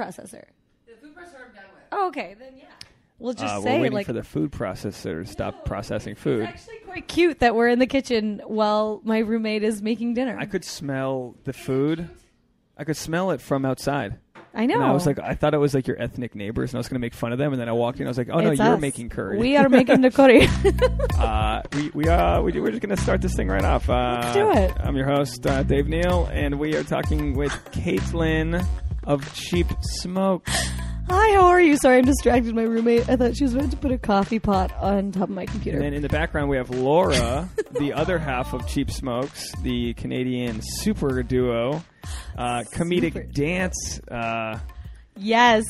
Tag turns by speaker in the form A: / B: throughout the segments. A: processor.
B: The food processor I'm done with.
A: Oh, okay, then yeah. We'll just
C: Uh,
A: say
C: we're waiting
A: like
C: for the food processor to stop
A: No,
C: processing food.
A: It's actually quite cute that we're in the kitchen while my roommate is making dinner.
C: I could smell the food. I could smell it from outside.
A: I know.
C: And I was like, I thought it was like your ethnic neighbors, and I was going to make fun of them. And then I walked in, I was like, Oh no,
A: It's
C: you're
A: us.
C: making curry.
A: We are making the curry.
C: uh, we we uh, we do, we're just going to start this thing right off. Uh,
A: Let's do it.
C: I'm your host uh, Dave Neal, and we are talking with Caitlin of Cheap Smoke.
A: Hi, how are you? Sorry, I'm distracted. My roommate. I thought she was about to put a coffee pot on top of my computer.
C: And then in the background, we have Laura, the other half of Cheap Smokes, the Canadian super duo, uh, comedic
A: Super.
C: dance. Uh,
A: yes,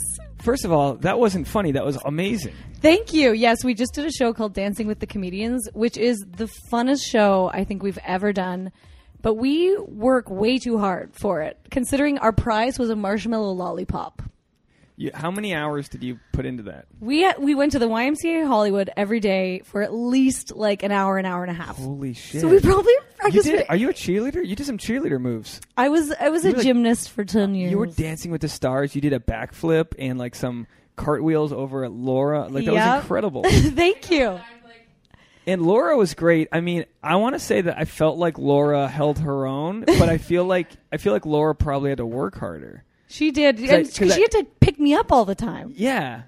C: first of all, that wasn't funny. That was amazing.
A: thank you. Yes, we just did a show called Dancing with the Comedians, which is the funnest show I think we've ever done. But we work way too hard for it, considering our prize was a marshmallow lollipop.
C: You, how many hours did you put into that?
A: We we went to the YMCA Hollywood every day for at least like an hour, an hour and a half.
C: Holy shit!
A: So we probably
C: Oh, you
A: practiced.
C: did.
A: it.
C: Are you a cheerleader? You did some cheerleader moves.
A: I was I was a
C: were, like-
A: gymnast for ten years.
C: You were dancing with the stars. You did a backflip and like some cartwheels over at Laura. Like that
A: Yep.
C: was incredible.
A: Thank you.
B: I'm like,
C: and Laura was great. I mean, I want to say that I felt like Laura held her own, but I feel like I feel like Laura probably had to work harder.
A: She did, and
C: 'Cause I- 'cause
A: she
C: I-
A: had to pick me up all the time.
C: Yeah.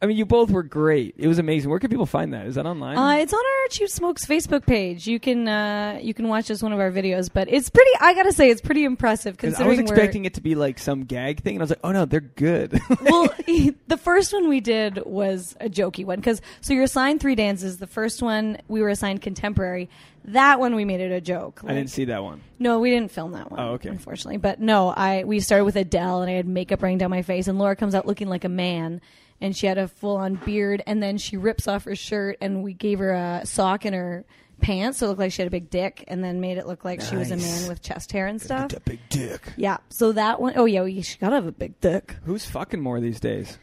C: I mean, you both were great. It was amazing. Where can people find that? Is that online?
A: Uh, it's on our Cheap Smokes Facebook page. You can uh, you can watch just one of our videos, but it's pretty. I gotta say, it's pretty impressive
C: 'Cause
A: considering
C: I was
A: we're-
C: expecting it to be like some gag thing, and I was like, "Oh no, they're good."
A: well, the first one we did was a jokey one because so you're assigned three dances. The first one we were assigned contemporary. That one we made it a joke.
C: I didn't
A: Like-
C: see that one.
A: No, we didn't film that one.
C: Oh, okay.
A: Unfortunately, but no, I we started with Adele, and I had makeup running down my face, and Laura comes out looking like a man, and she had a full on beard, and then she rips off her shirt, and we gave her a sock in her pants, so it looked like she had a big dick, and then made it look like she was a
C: Nice.
A: man with chest hair and stuff.
C: That big dick.
A: Yeah, so that one oh yeah, we, she gotta have a big dick.
C: Who's fucking more these days?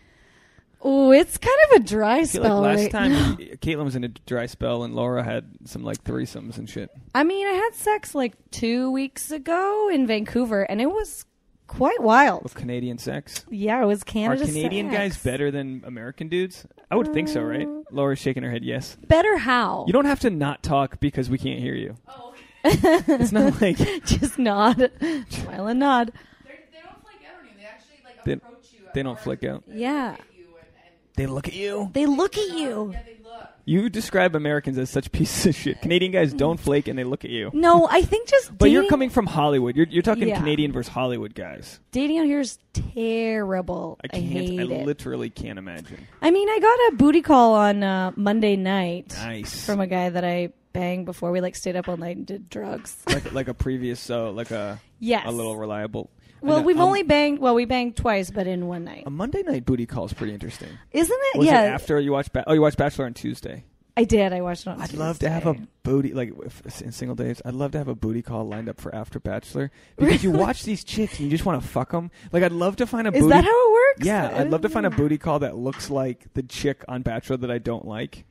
A: Oh, it's kind of a dry
C: I feel
A: spell.
C: like
A: right
C: last time
A: now.
C: Caitlin was in a dry spell and Laura had some like threesomes and shit.
A: I mean, I had sex like two weeks ago in Vancouver, and it was quite wild.
C: With Canadian sex.
A: Yeah, it was
C: Are
A: Canada.
C: Canadian
A: sex.
C: guys better than American dudes? I would think so, right?
A: Mm.
C: Laura's shaking her head yes.
A: Better how?
C: You don't have to not talk because we can't hear you.
B: oh, okay.
C: It's not like
A: just nod, smile and nod.
B: They're, they don't flick out on you. They actually like
C: They-
B: approach you.
C: they don't flick out.
A: Yeah. Oh.
C: They look at you.
A: They look at you.
B: Yeah, they look.
C: You describe Americans as such pieces of shit. Canadian guys
A: Mm.
C: don't flake and they look at you.
A: No, I think just
C: But you're
A: dating-
C: coming from Hollywood. You're, you're talking
A: Yeah.
C: Canadian versus Hollywood guys.
A: Dating out here is terrible.
C: I
A: I,
C: can't.
A: hate
C: I
A: it.
C: literally can't imagine.
A: I mean, I got a booty call on uh, Monday night
C: Nice.
A: from a guy that I banged before we like stayed up all night and did drugs.
C: like like a previous so like a
A: Yes.
C: a little reliable. I
A: Well,
C: know,
A: we've
C: um,
A: only banged. Well, we banged twice, but in one night.
C: a Monday night booty call is pretty interesting.
A: Isn't it?
C: Was
A: yeah,
C: it after you watched? Ba- oh, you watched Bachelor on Tuesday.
A: I did. I watched it on.
C: I'd love to have a
A: Tuesday.
C: booty like if- in single days. I'd love to have a booty call lined up for after Bachelor because you watch these chicks and you just want to fuck them. Like I'd love to find a
A: Is
C: booty.
A: that how it works?
C: yeah,
A: I
C: I'd love to
A: didn't
C: find a booty call that looks like the chick on Bachelor that I don't like.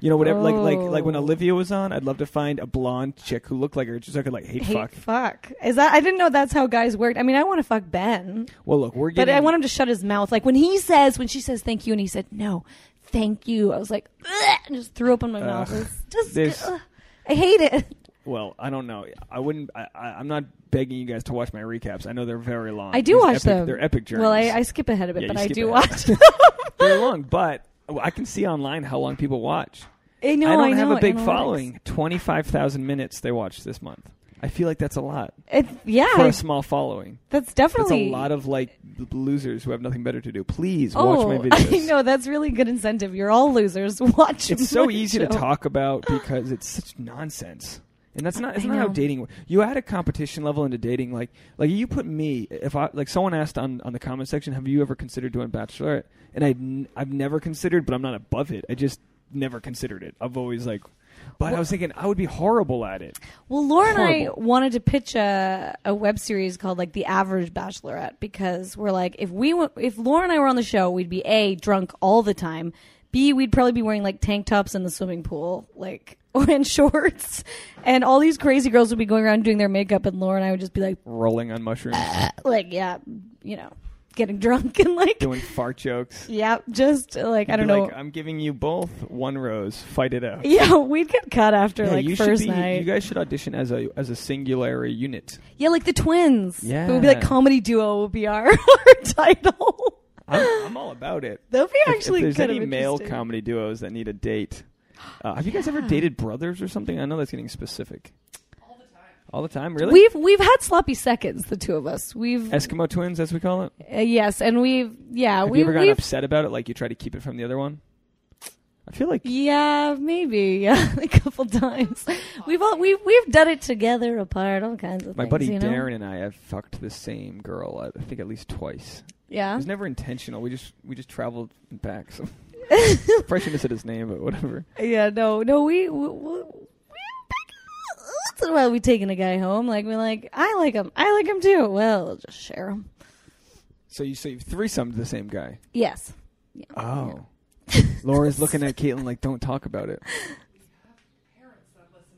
C: You know, whatever. Like like like when
A: Oh.
C: Olivia was on, I'd love to find a blonde chick who looked like her, just so I could like hate,
A: Hate
C: fuck.
A: fuck. Is that? I didn't know that's how guys worked. I mean, I want to fuck Ben.
C: Well, look, we're
A: But
C: getting.
A: I want him to shut his mouth. Like when he says, when she says thank you, and he said no, thank you. I was like, "Ugh," and just threw open my mouth.
C: Ugh.
A: It's Just,
C: There's-
A: ugh. I hate it.
C: Well, I don't know. I wouldn't. I, I, I'm not begging you guys to watch my recaps. I know they're very long.
A: I do
C: These
A: watch
C: epic,
A: them.
C: They're epic journeys.
A: Well, I, I skip ahead of it,
C: Yeah,
A: but
C: you
A: I
C: skip
A: do
C: ahead.
A: watch. them.
C: they're long, but I can see online how long people watch.
A: I know.
C: I don't
A: know,
C: have a big
A: analytics.
C: following. Twenty-five thousand minutes they watched this month. I feel like that's a lot
A: It, yeah,
C: for
A: I-
C: a small following.
A: that's
C: That's
A: definitely
C: a lot of like l- losers who have nothing better to do. Please
A: Oh,
C: watch my videos.
A: I know that's really good incentive. You're all losers. Watch.
C: It's so
A: my
C: easy to
A: show.
C: talk about because it's such nonsense. And that's not, that's
A: I
C: not how
A: know.
C: dating works. You add a competition level into dating. Like, like you put me, if I, like someone asked on, on the comment section, have you ever considered doing Bachelorette? And I, n- I've never considered, but I'm not above it. I just never considered it. I've always like, but I was thinking I would be horrible at it.
A: Well, Laura and I
C: Horrible.
A: wanted to pitch a, a web series called like The Average Bachelorette because we're like if we went, if Laura and I were on the show, we'd be a drunk all the time. B, we'd probably be wearing like tank tops in the swimming pool, like or in shorts, and all these crazy girls would be going around doing their makeup, and Laura and I would just be like,
C: Rolling on mushrooms.
A: like yeah, you know, getting drunk and like,
C: doing fart jokes.
A: yeah, just like I
C: You'd
A: don't
C: be
A: know.
C: Like, uh, I'm giving you both one rose. Fight it out.
A: yeah, we'd get cut after
C: Yeah,
A: like
C: you should
A: first
C: be-
A: night.
C: You guys should audition as a as a singular unit.
A: yeah, like the twins.
C: Yeah.
A: it would be like comedy duo would be our, our title.
C: I'm, I'm all about it.
A: That would be
C: If-
A: actually
C: if,
A: kind
C: there's any
A: of
C: male
A: interesting.
C: comedy duos that need a date, uh, have you guys ever dated brothers or something? I know that's getting specific.
B: all the time.
C: All the time, really?
A: We've we've had sloppy seconds, the two of us. We've
C: Eskimo twins, as we call it.
A: uh, yes, and we've yeah
C: Have
A: we
C: you ever gotten
A: we've
C: upset about it? Like you try to keep it from the other one. I feel like
A: yeah maybe yeah a couple times. We've all we've we've done it together, apart, all kinds of
C: my
A: things.
C: buddy
A: you know?
C: Darren and I have fucked the same girl. I- I think at least twice. It
A: Yeah,
C: was never intentional. We just we just traveled back. So. Probably shouldn't have said his name, but whatever.
A: yeah. No, no. We we, we once in a while we taking a guy home. Like we're like I like him. I like him too. Well, we'll just share him.
C: So you so you've threesomed the same guy.
A: Yes.
C: Oh. Laura's looking at Caitlin like, don't talk about it.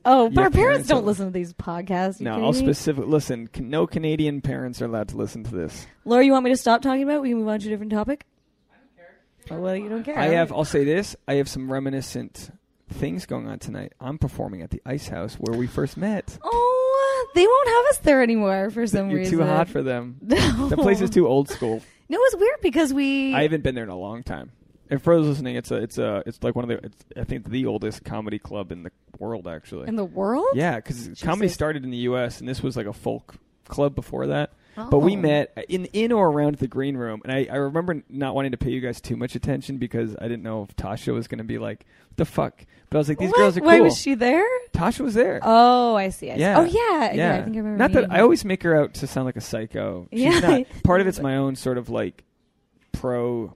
A: Oh,
C: Yeah,
A: but our parents
C: parents
A: don't
C: are-
A: listen to these podcasts. You
C: no,
A: kidding
C: I'll
A: me?
C: specific. Listen, can- no Canadian parents are allowed to listen to this.
A: Laura, you want me to stop talking about? it? We can move on to a different topic. I don't care. Oh, well, you don't care.
C: I have. I'll say this. I have some reminiscent things going on tonight. I'm performing at the Ice House where we first met.
A: Oh, they won't have us there anymore for some
C: You're
A: reason.
C: too hot for them.
A: No.
C: The place is too old school.
A: No, it's weird because we.
C: I haven't been there in a long time. And for those listening, it's a, it's a, it's like one of the, it's, I think the oldest comedy club in the world actually.
A: in the world.
C: Yeah, because comedy
A: Jesus.
C: started in the U.S. and this was like a folk club before that. But we
A: Oh.
C: met in in or around the green room, and I, I remember not wanting to pay you guys too much attention because I didn't know if Tasha was going to be like "What the fuck. But I was like, these
A: What?
C: girls are
A: Why
C: cool.
A: was she there?
C: Tasha was there.
A: Oh, I see. I see.
C: Yeah.
A: Oh, yeah, yeah. I think I remember.
C: Not
A: meeting
C: that I
A: her.
C: always make her out to sound like a psycho. She's
A: Yeah.
C: not. Part of it's my own sort of like pro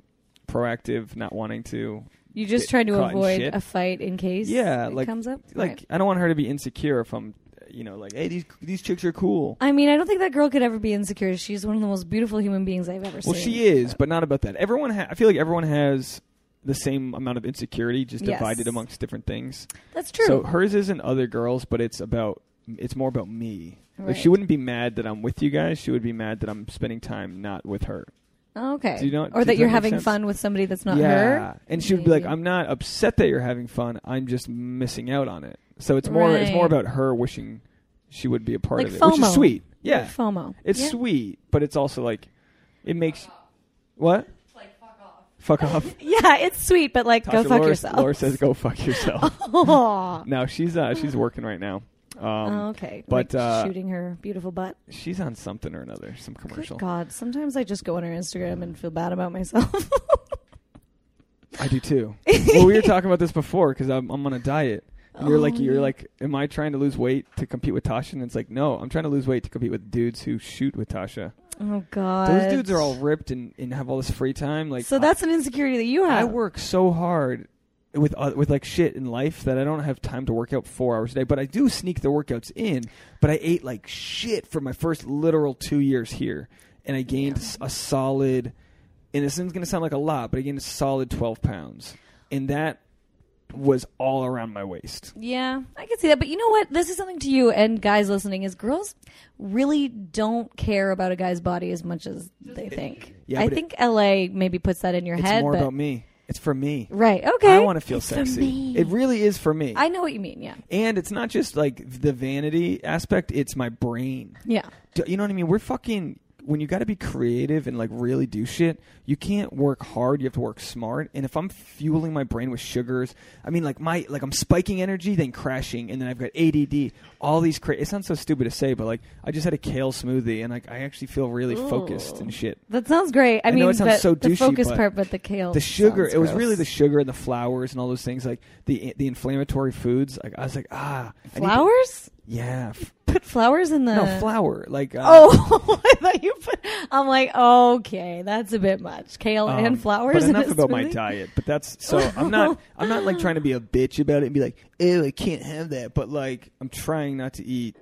C: proactive, not wanting to
A: You just
C: get
A: tried to
C: caught in
A: avoid
C: shit.
A: a fight in case.
C: Yeah,
A: it
C: like-
A: comes up.
C: like.
A: Right.
C: I don't want her to be insecure if I'm, you know, like, hey, these these chicks are cool.
A: I mean, I don't think that girl could ever be insecure. She's one of the most beautiful human beings I've ever seen.
C: Well, she is, but not about that. Everyone, ha- I feel like everyone has the same amount of insecurity, just
A: Yes.
C: divided amongst different things.
A: That's true.
C: So hers isn't other girls, but it's about it's more about me. Like she
A: Right.
C: wouldn't be mad that I'm with you guys. She would be mad that I'm spending time not with her.
A: Oh, okay.
C: Do you know-
A: or
C: does
A: that you're
C: that make
A: having
C: sense?
A: fun with somebody that's not
C: yeah,
A: her.
C: and she would be like,
A: Maybe.
C: "I'm not upset that you're having fun. I'm just missing out on it." So it's more it's more
A: Right.
C: about her wishing she would be a part
A: Like
C: of it, which
A: FOMO.
C: is sweet. Yeah,
A: Like FOMO.
C: it's
A: Yeah.
C: sweet, but it's also like it makes
B: Fuck off.
C: what
B: Like fuck off.
C: fuck off.
A: Yeah, it's sweet, but like, go
C: Tasha,
A: fuck
C: Laura,
A: yourself.
C: Laura says, "Go fuck yourself."
A: Aw.
C: no, she's uh, she's working right now. Um,
A: oh, okay.
C: but,
A: Like,
C: uh,
A: shooting her beautiful butt.
C: she's on something or another, some commercial.
A: Good God. Sometimes I just go on her Instagram and feel bad about myself.
C: I do too. well, we were talking about this before because I'm, I'm on a diet. And you're like,
A: Oh,
C: you're
A: yeah.
C: like, am I trying to lose weight to compete with Tasha? And it's like, no, I'm trying to lose weight to compete with dudes who shoot with Tasha.
A: oh God.
C: Those dudes are all ripped and, and have all this free time. Like,
A: so that's an insecurity that you
C: I, I
A: have.
C: work so hard with uh, with like shit in life that I don't have time to work out four hours a day. But I do sneak the workouts in. But I ate like shit for my first literal two years here, and I gained s a a solid. And this is going to sound like a lot, but I gained a solid twelve pounds, and that was all around my waist.
A: Yeah, I can see that. But you know what? This is something to you and guys listening is girls really don't care about a guy's body as much as they think.
C: Yeah,
A: I
C: but it-
A: think LA maybe puts that in your
C: It's
A: head.
C: more
A: but,
C: about me. It's for me.
A: Right. Okay.
C: I want to feel
A: It's for
C: sexy.
A: me.
C: It really is for me.
A: I know what you mean. Yeah.
C: and it's not just like the vanity aspect, it's my brain.
A: Yeah.
C: Do- you know what I mean? We're fucking. When you got to be creative and like really do shit, you can't work hard. You have to work smart. And if I'm fueling my brain with sugars, I mean, like my like I'm spiking energy, then crashing, and then I've got ADD. All these cra- it sounds so stupid to say, but like I just had a kale smoothie, and like I actually feel really focused and shit.
A: That sounds great. I,
C: I know
A: mean,
C: it sounds
A: but
C: so
A: the
C: douchey,
A: focus
C: but
A: part, but the kale.
C: The sugar,
A: sounds
C: it was
A: gross.
C: really the sugar and the flowers and all those things, like the the inflammatory foods. Like I was like, ah, I need to-
A: flowers.
C: yeah, f-
A: Put flowers in the
C: no flour. Like uh,
A: Oh, I thought you put. I'm like, okay, that's a bit much. Kale
C: Um,
A: and flowers.
C: But
A: in
C: enough
A: a
C: about my
A: smoothie?
C: diet. But that's so I'm not I'm not like trying to be a bitch about it and be like, ew, I can't have that. But like I'm trying not to eat.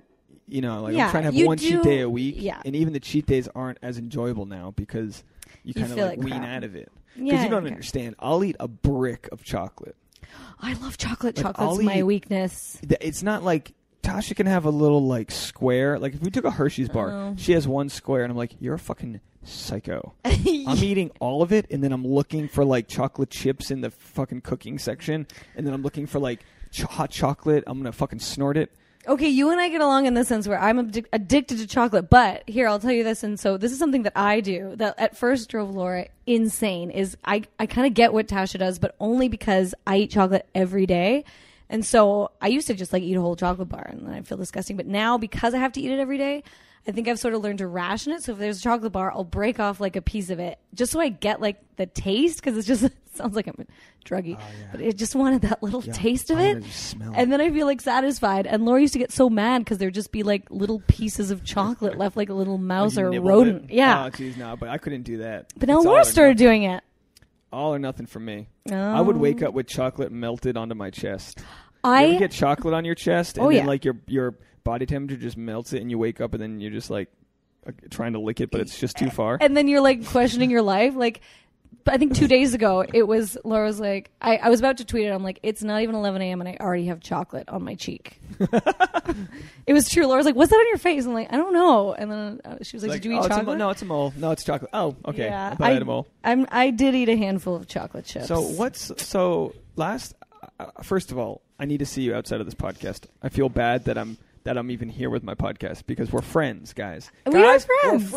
C: You know, like
A: Yeah,
C: I'm trying to
A: you
C: have one cheat
A: do-
C: day a week.
A: yeah.
C: And even the cheat days aren't as enjoyable now because you,
A: You
C: kind of
A: feel
C: like,
A: like
C: wean
A: crap.
C: out of it. Because
A: Yeah,
C: you don't
A: okay.
C: understand. I'll eat a brick of chocolate.
A: I love chocolate.
C: Like,
A: Chocolate's
C: I'll
A: my
C: eat-
A: weakness.
C: Th- It's not like Tasha can have a little like square. Like if we took a Hershey's bar,
A: Oh.
C: she has one square, and I'm like, you're a fucking psycho. I'm eating all of it, and then I'm looking for like chocolate chips in the fucking cooking section, and then I'm looking for like ch- hot chocolate. I'm gonna fucking snort it.
A: Okay, you and I get along in the sense where I'm abdic- addicted to chocolate, but here I'll tell you this. And so this is something that I do that at first drove Laura insane. Is I I kind of get what Tasha does, but only because I eat chocolate every day. And so I used to just like eat a whole chocolate bar and then I feel disgusting. But now because I have to eat it every day, I think I've sort of learned to ration it. So if there's a chocolate bar, I'll break off like a piece of it just so I get like the taste because it's just it sounds like I'm a druggie, but I just wanted that little
C: Oh, Yeah,
A: taste of
C: I
A: it.
C: wanna just smell it.
A: And then I feel like satisfied. And Laura used to get so mad because there'd just be like little pieces of chocolate left, like a little mouse
C: You
A: or a
C: nibble
A: rodent.
C: it.
A: Yeah.
C: Oh, jeez, no, but I couldn't do that.
A: but now
C: It's all
A: Laura
C: or
A: started
C: nothing.
A: doing it.
C: all or nothing for me. I
A: Oh.
C: would wake up with chocolate melted onto my chest. You ever
A: I
C: get chocolate on your chest, and
A: Oh,
C: then
A: yeah.
C: like your your body temperature just melts it, and you wake up, and then you're just like uh, trying to lick it, but it's just
A: Eh,
C: too far.
A: and then you're like questioning your life, like. But I think two days ago, it was Laura was like, I, I was about to tweet it. I'm like, it's not even 11 a.m. and I already have chocolate on my cheek. it was true. Laura's like, what's that on your face? I'm like, I don't know. And then uh, she was like,
C: Like,
A: did you eat
C: "Oh, it's a mo-
A: chocolate?
C: no, it's a mole. No, it's chocolate. Oh, okay.
A: Yeah,
C: I thought I, had a mole.
A: I'm, I did eat a handful of chocolate chips.
C: So what's so last? Uh, uh, first of all, I need to see you outside of this podcast. I feel bad that I'm that I'm even here with my podcast because we're friends, guys.
A: We are
C: guys, We're
A: friends. Oh.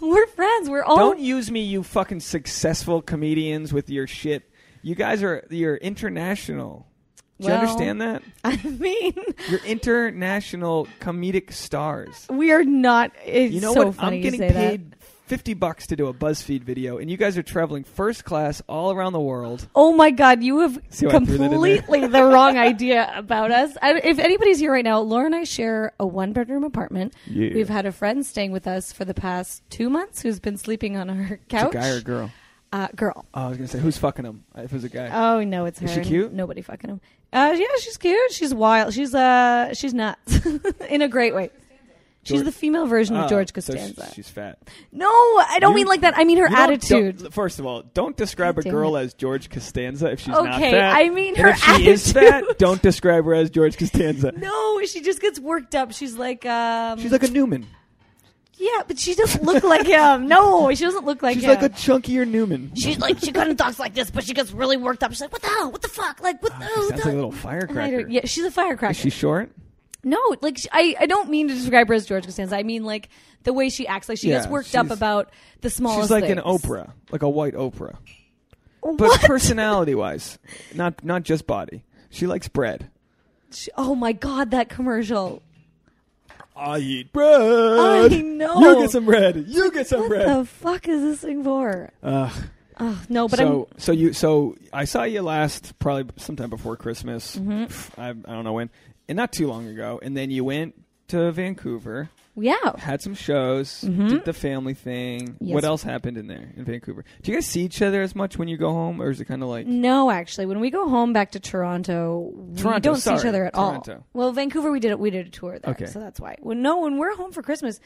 A: We're friends. We're all
C: Don't use me, you fucking successful comedians with your shit. You guys are you're international. Do you
A: Well-
C: understand that?
A: I mean,
C: You're international comedic stars.
A: we are not. It's
C: You know
A: so
C: what?
A: funny
C: I'm
A: you
C: getting
A: say
C: paid
A: that.
C: fifty bucks to do a BuzzFeed video, and you guys are traveling first class all around the world.
A: Oh my God, you have
C: See how I threw that in there?
A: completely the wrong idea about us. I, if anybody's here right now, Laura and I share a one bedroom apartment.
C: Yeah.
A: We've had a friend staying with us for the past two months who's been sleeping on our
C: It's a
A: couch.
C: guy or a girl?
A: uh, girl.
C: Oh, I was gonna say who's fucking him? If it was a guy,
A: Oh no, it's her.
C: Is she cute?
A: Nobody fucking him. Uh, yeah, she's cute. She's wild. She's uh, she's nuts in a great way. She's
C: George-
A: the female version
C: Oh,
A: of George
C: so she-
A: Costanza.
C: she's fat.
A: no, I don't
C: You-
A: mean like that. I mean her
C: You don't-
A: attitude.
C: don't- first of all, don't describe a
A: Damn
C: girl as George Costanza if she's not
A: Okay,
C: fat.
A: I mean
C: And
A: her
C: if she is
A: attitude.
C: fat, don't describe her as George Costanza.
A: No, she just gets worked up. She's like, um,
C: She's like a Newman.
A: yeah, but she doesn't look like him. No, she doesn't look like
C: She's
A: him.
C: like a chunkier Newman.
A: she's like she kind of talks like this, but she gets really worked up. She's like, what the hell? What the fuck? Like what? the
C: Sounds
A: what
C: like
A: the-
C: a little
A: I
C: firecracker.
A: don't- yeah, she's a firecracker.
C: Is she short?
A: no, like she, I, I don't mean to describe her as George Costanza. I mean like the way she acts. Like she
C: Yeah,
A: gets worked up
C: she's-
A: about the smallest.
C: She's like an
A: things.
C: Oprah, like a white Oprah, but
A: What?
C: personality-wise, not not just body. She likes bread.
A: She- oh my god, that commercial.
C: I eat bread.
A: I know.
C: You get some bread. You get some
A: What
C: bread.
A: the fuck is this thing for?
C: Ugh.
A: Oh, no, but I'm.
C: so so you so I saw you last probably sometime before Christmas.
A: Mm-hmm.
C: I, I don't know when, and not too long ago. And then you went to Vancouver,
A: Yeah.
C: had some shows, did the family thing.
A: Mm-hmm. Yes.
C: What else happened in there in Vancouver? Do you guys see each other as much when you go home, or is it kind of like
A: No, actually, when we go home back to Toronto, we
C: Toronto,
A: don't
C: sorry,
A: see each other at all.
C: Toronto.
A: Well, Vancouver, we did it. We did a tour there,
C: Okay.
A: so that's why. Well, no, when we're home for Christmas,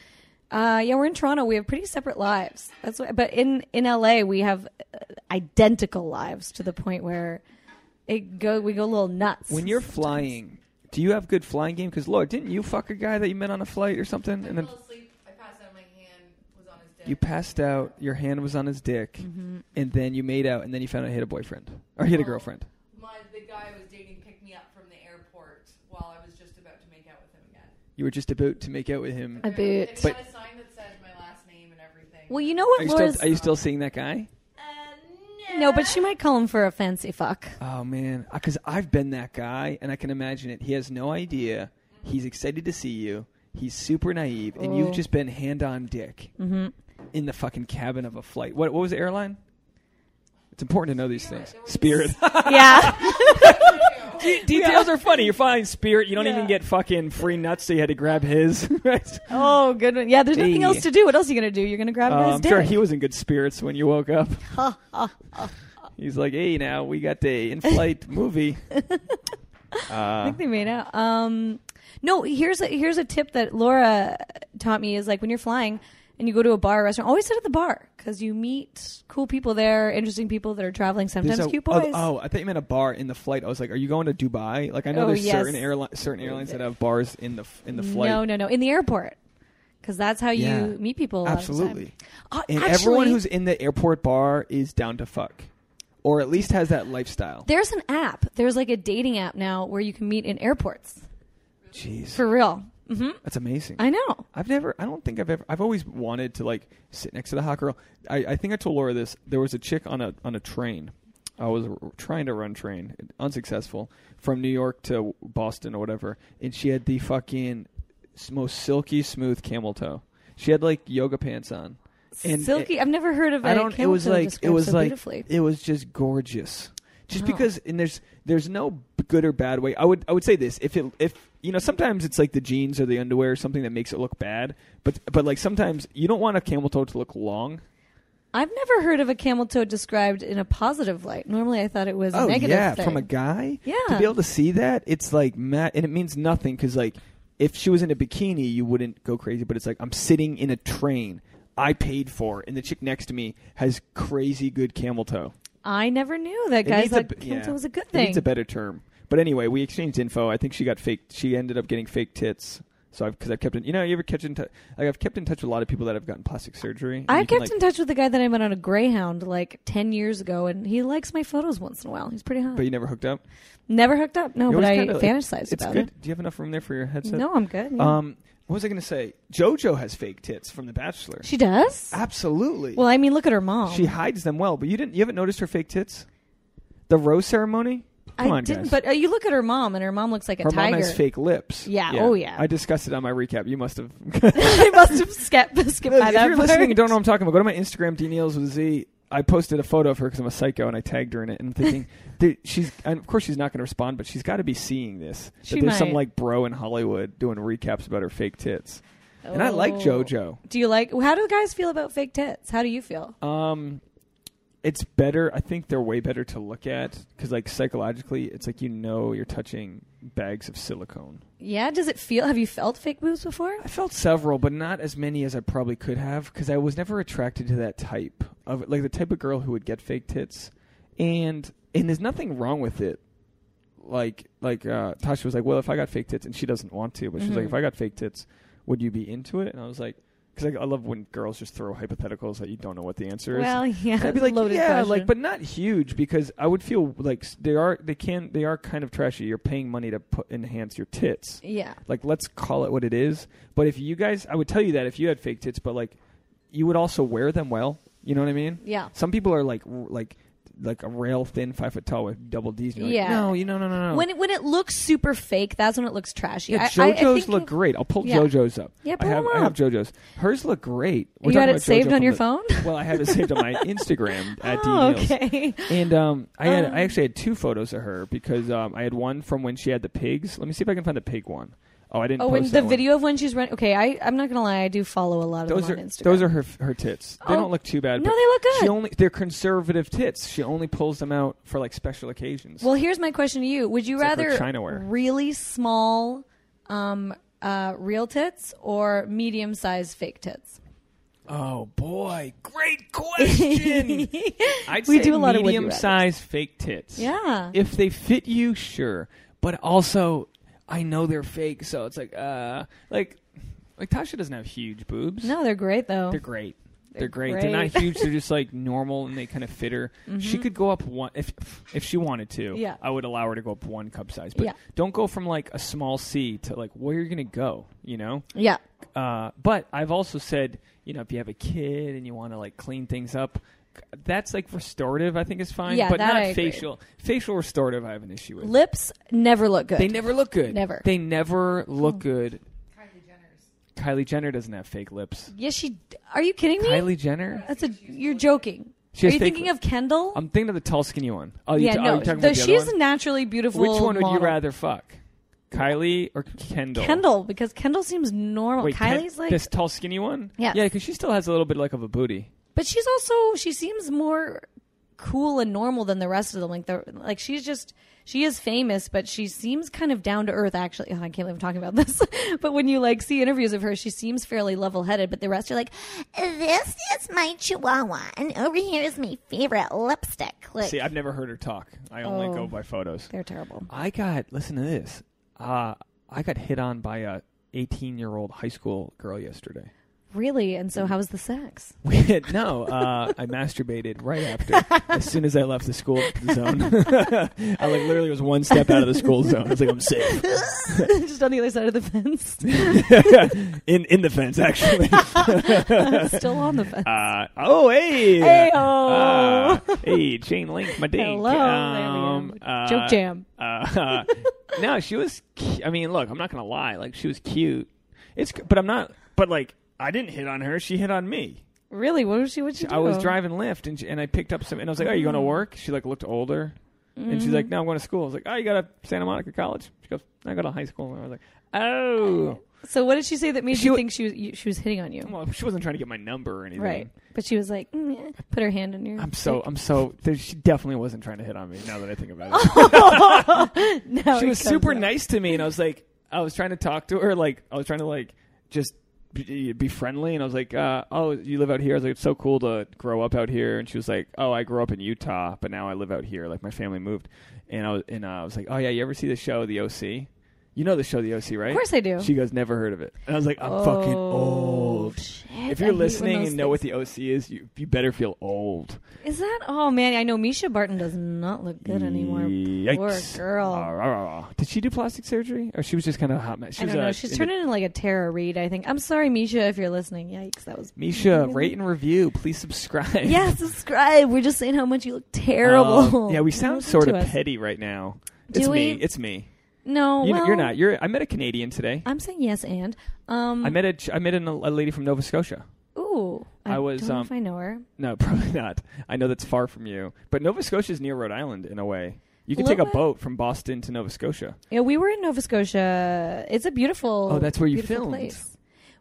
A: uh, yeah, we're in Toronto. We have pretty separate lives. That's why, but in in LA, we have uh, identical lives to the point where it go we go a little nuts
C: when you're flying? Do you have good flying game? Because Laura, didn't you fuck a guy that you met on a flight or something, and
B: I
C: then
B: fell asleep. I passed out. My hand was on his dick.
C: you passed out, your hand was on his dick,
A: Mm-hmm.
C: and then you made out, and then you found out he had a boyfriend or he had a
B: Oh.
C: girlfriend.
B: My the guy I was dating picked me up from the airport while I was just about to make out with him again.
C: You were just about to make out with him.
A: I
B: And
A: bet.
B: he
C: But-
B: had a sign that said my last name and everything.
A: well, you know
C: Are
A: what,
C: you,
A: Laura's.
C: still, are you still seeing that guy?
B: Uh,
A: no, but she might call him for a fancy fuck.
C: Oh man, because I've been that guy, and I can imagine it. He has no idea. He's excited to see you. He's super naive, and
A: Oh.
C: you've just been hand on dick
A: Mm-hmm.
C: in the fucking cabin of a flight. What? What was the airline? It's important to know these things. Spirit.
A: yeah,
C: Details are funny. You're fine. Spirit. You don't
A: Yeah.
C: even get fucking free nuts, so you had to grab his. right?
A: oh, good one. Yeah, there's nothing
C: Gee.
A: else to do. What else are you gonna do? You're gonna grab a
C: Uh,
A: guy's
C: I'm sure
A: dick.
C: he was in good spirits when you woke up. He's like, "Hey, now we got the in-flight movie."
A: I
C: Uh,
A: think they made out. Um, no, here's a, here's a tip that Laura taught me is like when you're flying, and you go to a bar or restaurant, always sit at the bar because you meet cool people there, interesting people that are traveling,
C: There's
A: sometimes
C: a-
A: cute
C: oh,
A: boys.
C: Oh, I thought you meant a bar in the flight. I was like, are you going to Dubai? Like I know
A: Oh,
C: there's
A: yes.
C: certain airline, certain airlines that have bars in the f- in the flight.
A: No, no, no. In the airport. Because that's how you
C: Yeah.
A: meet people. A lot Of
C: Absolutely.
A: the time. Uh,
C: And
A: actually,
C: everyone who's in the airport bar is down to fuck, or at least has that lifestyle.
A: There's an app. There's like a dating app now where you can meet in airports.
C: Jeez,
A: For real. hmm
C: that's amazing.
A: I know.
C: I've never. I don't think I've ever. I've always wanted to like sit next to the hot girl. I, I think I told Laura this. There was a chick on a on a train. I was r- trying to run train, unsuccessful, from New York to Boston or whatever, and she had the fucking s- most silky smooth camel toe. She had like yoga pants on. And
A: Silky. I've never heard of
C: I
A: a
C: don't. It
A: camel
C: was
A: toe
C: like it
A: described
C: was
A: so
C: like
A: beautifully.
C: it was just gorgeous. Just
A: Wow.
C: because, and there's there's no b- good or bad way. I would I would say this if it if you know sometimes it's like the jeans or the underwear or something that makes it look bad, but but like sometimes you don't want a camel toe to look long.
A: I've never heard of a camel toe described in a positive light. Normally, I thought it was a negative
C: Oh, yeah,
A: thing.
C: from a guy to
A: Yeah.
C: be able to see that it's like ma and it means nothing because like if she was in a bikini you wouldn't go crazy, but it's like I'm sitting in a train. I paid for, and the chick next to me has crazy good camel toe.
A: I never knew that
C: It
A: guys
C: needs a
A: thought
C: b-
A: camel
C: yeah.
A: toe was a good
C: It
A: thing.
C: needs a better term. But anyway, we exchanged info. I think she got fake. She ended up getting fake tits. So I've because I've kept in. You know, you ever catch in touch? Like I've kept in touch with a lot of people that have gotten plastic surgery. and
A: I
C: you can,
A: kept in touch with a guy that I met on a Greyhound like 10 years ago, and he likes my photos once in a while. He's pretty hot.
C: But you never hooked up.
A: Never hooked up. No,
C: You
A: but
C: always
A: I
C: kinda, like,
A: fantasized
C: It's
A: about
C: good. Do you have enough room there for your
A: it.
C: headset?
A: No, I'm good. yeah.
C: Um, what was I going to say? JoJo has fake tits from The Bachelor.
A: she does?
C: Absolutely.
A: Well, I mean, look at her mom.
C: she hides them well. But you didn't. You haven't noticed her fake tits. The rose ceremony.
A: I
C: Come on,
A: didn't,
C: guys.
A: but uh, you look at her mom, and her mom looks like a
C: her
A: tiger.
C: mom has fake lips.
A: Yeah, oh, yeah.
C: I discussed it on my recap. You must have
A: I must have skipped, skipped by
C: if
A: that
C: you're
A: part.
C: listening and don't know what I'm talking about, go to my Instagram, Dneals with Z. I posted a photo of her because I'm a psycho and I tagged her in it. And I'm thinking, dude, she's and of course she's not going to respond, but she's got to be seeing this. That
A: She
C: there's some
A: might.
C: like bro in Hollywood doing recaps about her fake tits, and I like
A: Oh.
C: JoJo.
A: Do you like? How do guys feel about fake tits? How do you feel?
C: Um, it's better. I think they're way better to look at because like psychologically, it's like you know you're touching bags of silicone.
A: Yeah, does it feel? Have you felt fake boobs before?
C: I felt several, but not as many as I probably could have because I was never attracted to that type of like the type of girl who would get fake tits, and and there's nothing wrong with it. Like like uh, Tasha was like, well, if I got fake tits, and she doesn't want to, but she's like,
A: Mhm.
C: if I got fake tits, would you be into it? And I was like, because I, I love when girls just throw hypotheticals that you don't know what the answer is.
A: Well, yeah.
C: And I'd be like,
A: loaded
C: yeah,
A: question.
C: like, but not huge because I would feel like s- they are they can they are kind of trashy. You're paying money to put, enhance your tits
A: yeah.
C: like let's call it what it is but if you guys i would tell you that if you had fake tits but like you would also wear them well you know what i mean
A: Yeah.
C: some people are like r- like like a rail thin five foot tall with double d's and you're
A: Yeah.
C: like, no you no no no no
A: When it, when it looks super fake, that's when it looks trashy.
C: yeah,
A: I- I, I,
C: JoJo's
A: think
C: look great. I'll pull
A: Yeah.
C: JoJo's up.
A: Yeah,
C: I
A: pull
C: have
A: them
C: I have
A: up.
C: JoJo's. Hers look great. We're
A: You had
C: talking
A: it
C: about
A: saved
C: JoJo
A: on
C: from
A: your
C: the-
A: phone?
C: Well, I have it saved on my Instagram at
A: Oh,
C: DNeils.
A: okay.
C: And um, I had
A: Um.
C: I actually had two photos of her because um, I had one from when she had the pigs. Let me see if I can find the pig one. Oh, I didn't.
A: Oh,
C: post
A: and
C: that
A: the
C: one.
A: video of when she's running. Okay, I I'm not gonna lie, I do follow a lot of
C: Those
A: them
C: are
A: on Instagram.
C: those are her her tits.
A: Oh.
C: They don't look too bad.
A: no,
C: but
A: they look
C: She
A: good.
C: only they're conservative tits. She only pulls them out for like special occasions.
A: Well, here's my question to you: Would you
C: It's like her
A: rather
C: China wear.
A: really small, um, uh, real tits or medium sized fake tits?
C: oh boy, great question. I'd
A: We
C: say
A: do a lot of would you
C: medium sized fake tits.
A: Yeah.
C: If they fit you, sure. But also, I know they're fake, so it's like uh like like Tasha doesn't have huge boobs.
A: no, they're great though.
C: They're great. They're,
A: Oh. They're
C: great. They're not
A: great. Mm-hmm.
C: huge. They're just like normal, and they kind of fit her. She could go up one if if she wanted to.
A: Yeah.
C: I would allow her to go up one cup size, but
A: Yeah.
C: don't go from like a small C to like where you're gonna go. You know.
A: yeah.
C: Uh, but I've also said, you know, if you have a kid and you want to like clean things up, that's like restorative. I think is fine.
A: Yeah,
C: but
A: that
C: not
A: I agree.
C: facial. Facial restorative, I have an issue with.
A: Lips never look good.
C: They never look good.
A: Never. Hmm.
C: They never look good.
B: Kylie Jenner's.
C: Kylie Jenner doesn't have fake lips.
A: yes, she. Are you kidding me?
C: Kylie Jenner.
A: That's a. You're joking. are
C: She has
A: you
C: fake
A: thinking of Kendall?
C: I'm thinking of the tall, skinny one. Oh, you
A: yeah,
C: ta- oh,
A: no.
C: you're talking
A: though
C: about the other
A: she's
C: one?
A: a naturally beautiful.
C: Which one would you
A: model.
C: rather fuck, Kylie or Kendall?
A: Kendall, because Kendall seems normal.
C: Wait, Ken-
A: Kylie's like,
C: this tall, skinny one.
A: Yes.
C: yeah, because she still has a little bit like of a booty.
A: but she's also she seems more cool and normal than the rest of them. Like the like she's just she is famous, but she seems kind of down to earth. Actually, oh, I can't believe I'm talking about this. but when you like see interviews of her, she seems fairly level headed. But the rest are like,
D: This is my chihuahua, and over here is my favorite lipstick. Like,
C: See, I've never heard her talk. I only
A: Oh.
C: go by photos.
A: they're terrible.
C: I got listen to this. Uh, I got hit on by a 18 year old high school girl yesterday.
A: Really? And
C: Mm-hmm.
A: so, how was the sex?
C: We had- no, uh, I masturbated right after. As soon as I left the school zone, I like literally was one step out of the school zone. I was like, I'm safe.
A: Just on the other side of the fence.
C: in in the fence actually.
A: Still on the fence.
C: Uh, oh hey,
A: Hey-o.
C: Uh, hey, chain link, my dink.
A: Hello.
C: Um,
A: there we go.
C: uh,
A: Joke jam.
C: Uh, no, she was. cu- I mean, look, I'm not gonna lie. Like she was cute. It's, c- but I'm not. But like, I didn't hit on her. She hit on me.
A: Really? What was she? What she?
C: I was
A: do?
C: driving Lyft, and she, and I picked up some. And I was like, "Oh, you
A: Mm.
C: going to work?" She like looked older, and she's like, "No, I'm going to school." I was like, "Oh, you got to Santa Monica College?" She goes, "I go to high school." And I was like, "Oh,
A: So what did she say that made
C: She
A: you
C: wa-
A: think she was you, she was hitting on you?
C: well, she wasn't trying to get my number or anything."
A: Oh. Right. But she was like, mm, yeah. put her hand on your.
C: I'm so I'm so. There, she definitely wasn't trying to hit on me. Now that I think about it,
A: Oh, Now
C: she
A: it comes
C: was super
A: out.
C: nice to me, and I was like, I was trying to talk to her, like I was trying to like just be, be friendly, and I was like, uh, oh, you live out here? I was like, it's so cool to grow up out here, and she was like, oh, I grew up in Utah, but now I live out here. Like my family moved, and I was and uh, I was like, oh yeah, you ever see the show The OC? You know the show The OC, right?
A: Of course I do. Oh,
C: She goes, never heard of it, and I was like, I'm fucking old.
A: shit,
C: If
A: I
C: you're
A: hate when
C: listening
A: those
C: and know what the OC is, you you better feel old.
A: Is that? Oh man, I know Misha Barton does not look good anymore. Poor
C: Yikes.
A: girl.
C: Ah, rah, rah, rah. Did she do plastic surgery, or she was just kind of a hot mess? She
A: I
C: was
A: don't know.
C: a-
A: She's
C: uh, in
A: turning into like a Tara Reid. I think. I'm sorry, Misha, if you're listening. Yikes, that was.
C: the- Misha, rate and review. Please subscribe.
A: Yeah, subscribe. We're just saying how much you look terrible.
C: Um, yeah, we
A: Don't
C: sound
A: listen
C: sort of
A: to us.
C: petty right now.
A: Do
C: it's me.
A: we?
C: It's me.
A: No,
C: You,
A: well,
C: are not. You're. I met a Canadian today.
A: I'm saying yes, and um,
C: I met a. ch- I met an, a lady from Nova Scotia.
A: Ooh, I,
C: I was,
A: Don't know
C: um,
A: if I know her.
C: No, probably not. I know that's far from you, but Nova Scotia is near Rhode Island in a way. You can
A: Little
C: take a
A: bit.
C: boat from Boston to Nova Scotia.
A: Yeah, we were in Nova Scotia. It's a beautiful.
C: Oh, that's where you
A: beautiful
C: filmed.
A: Place.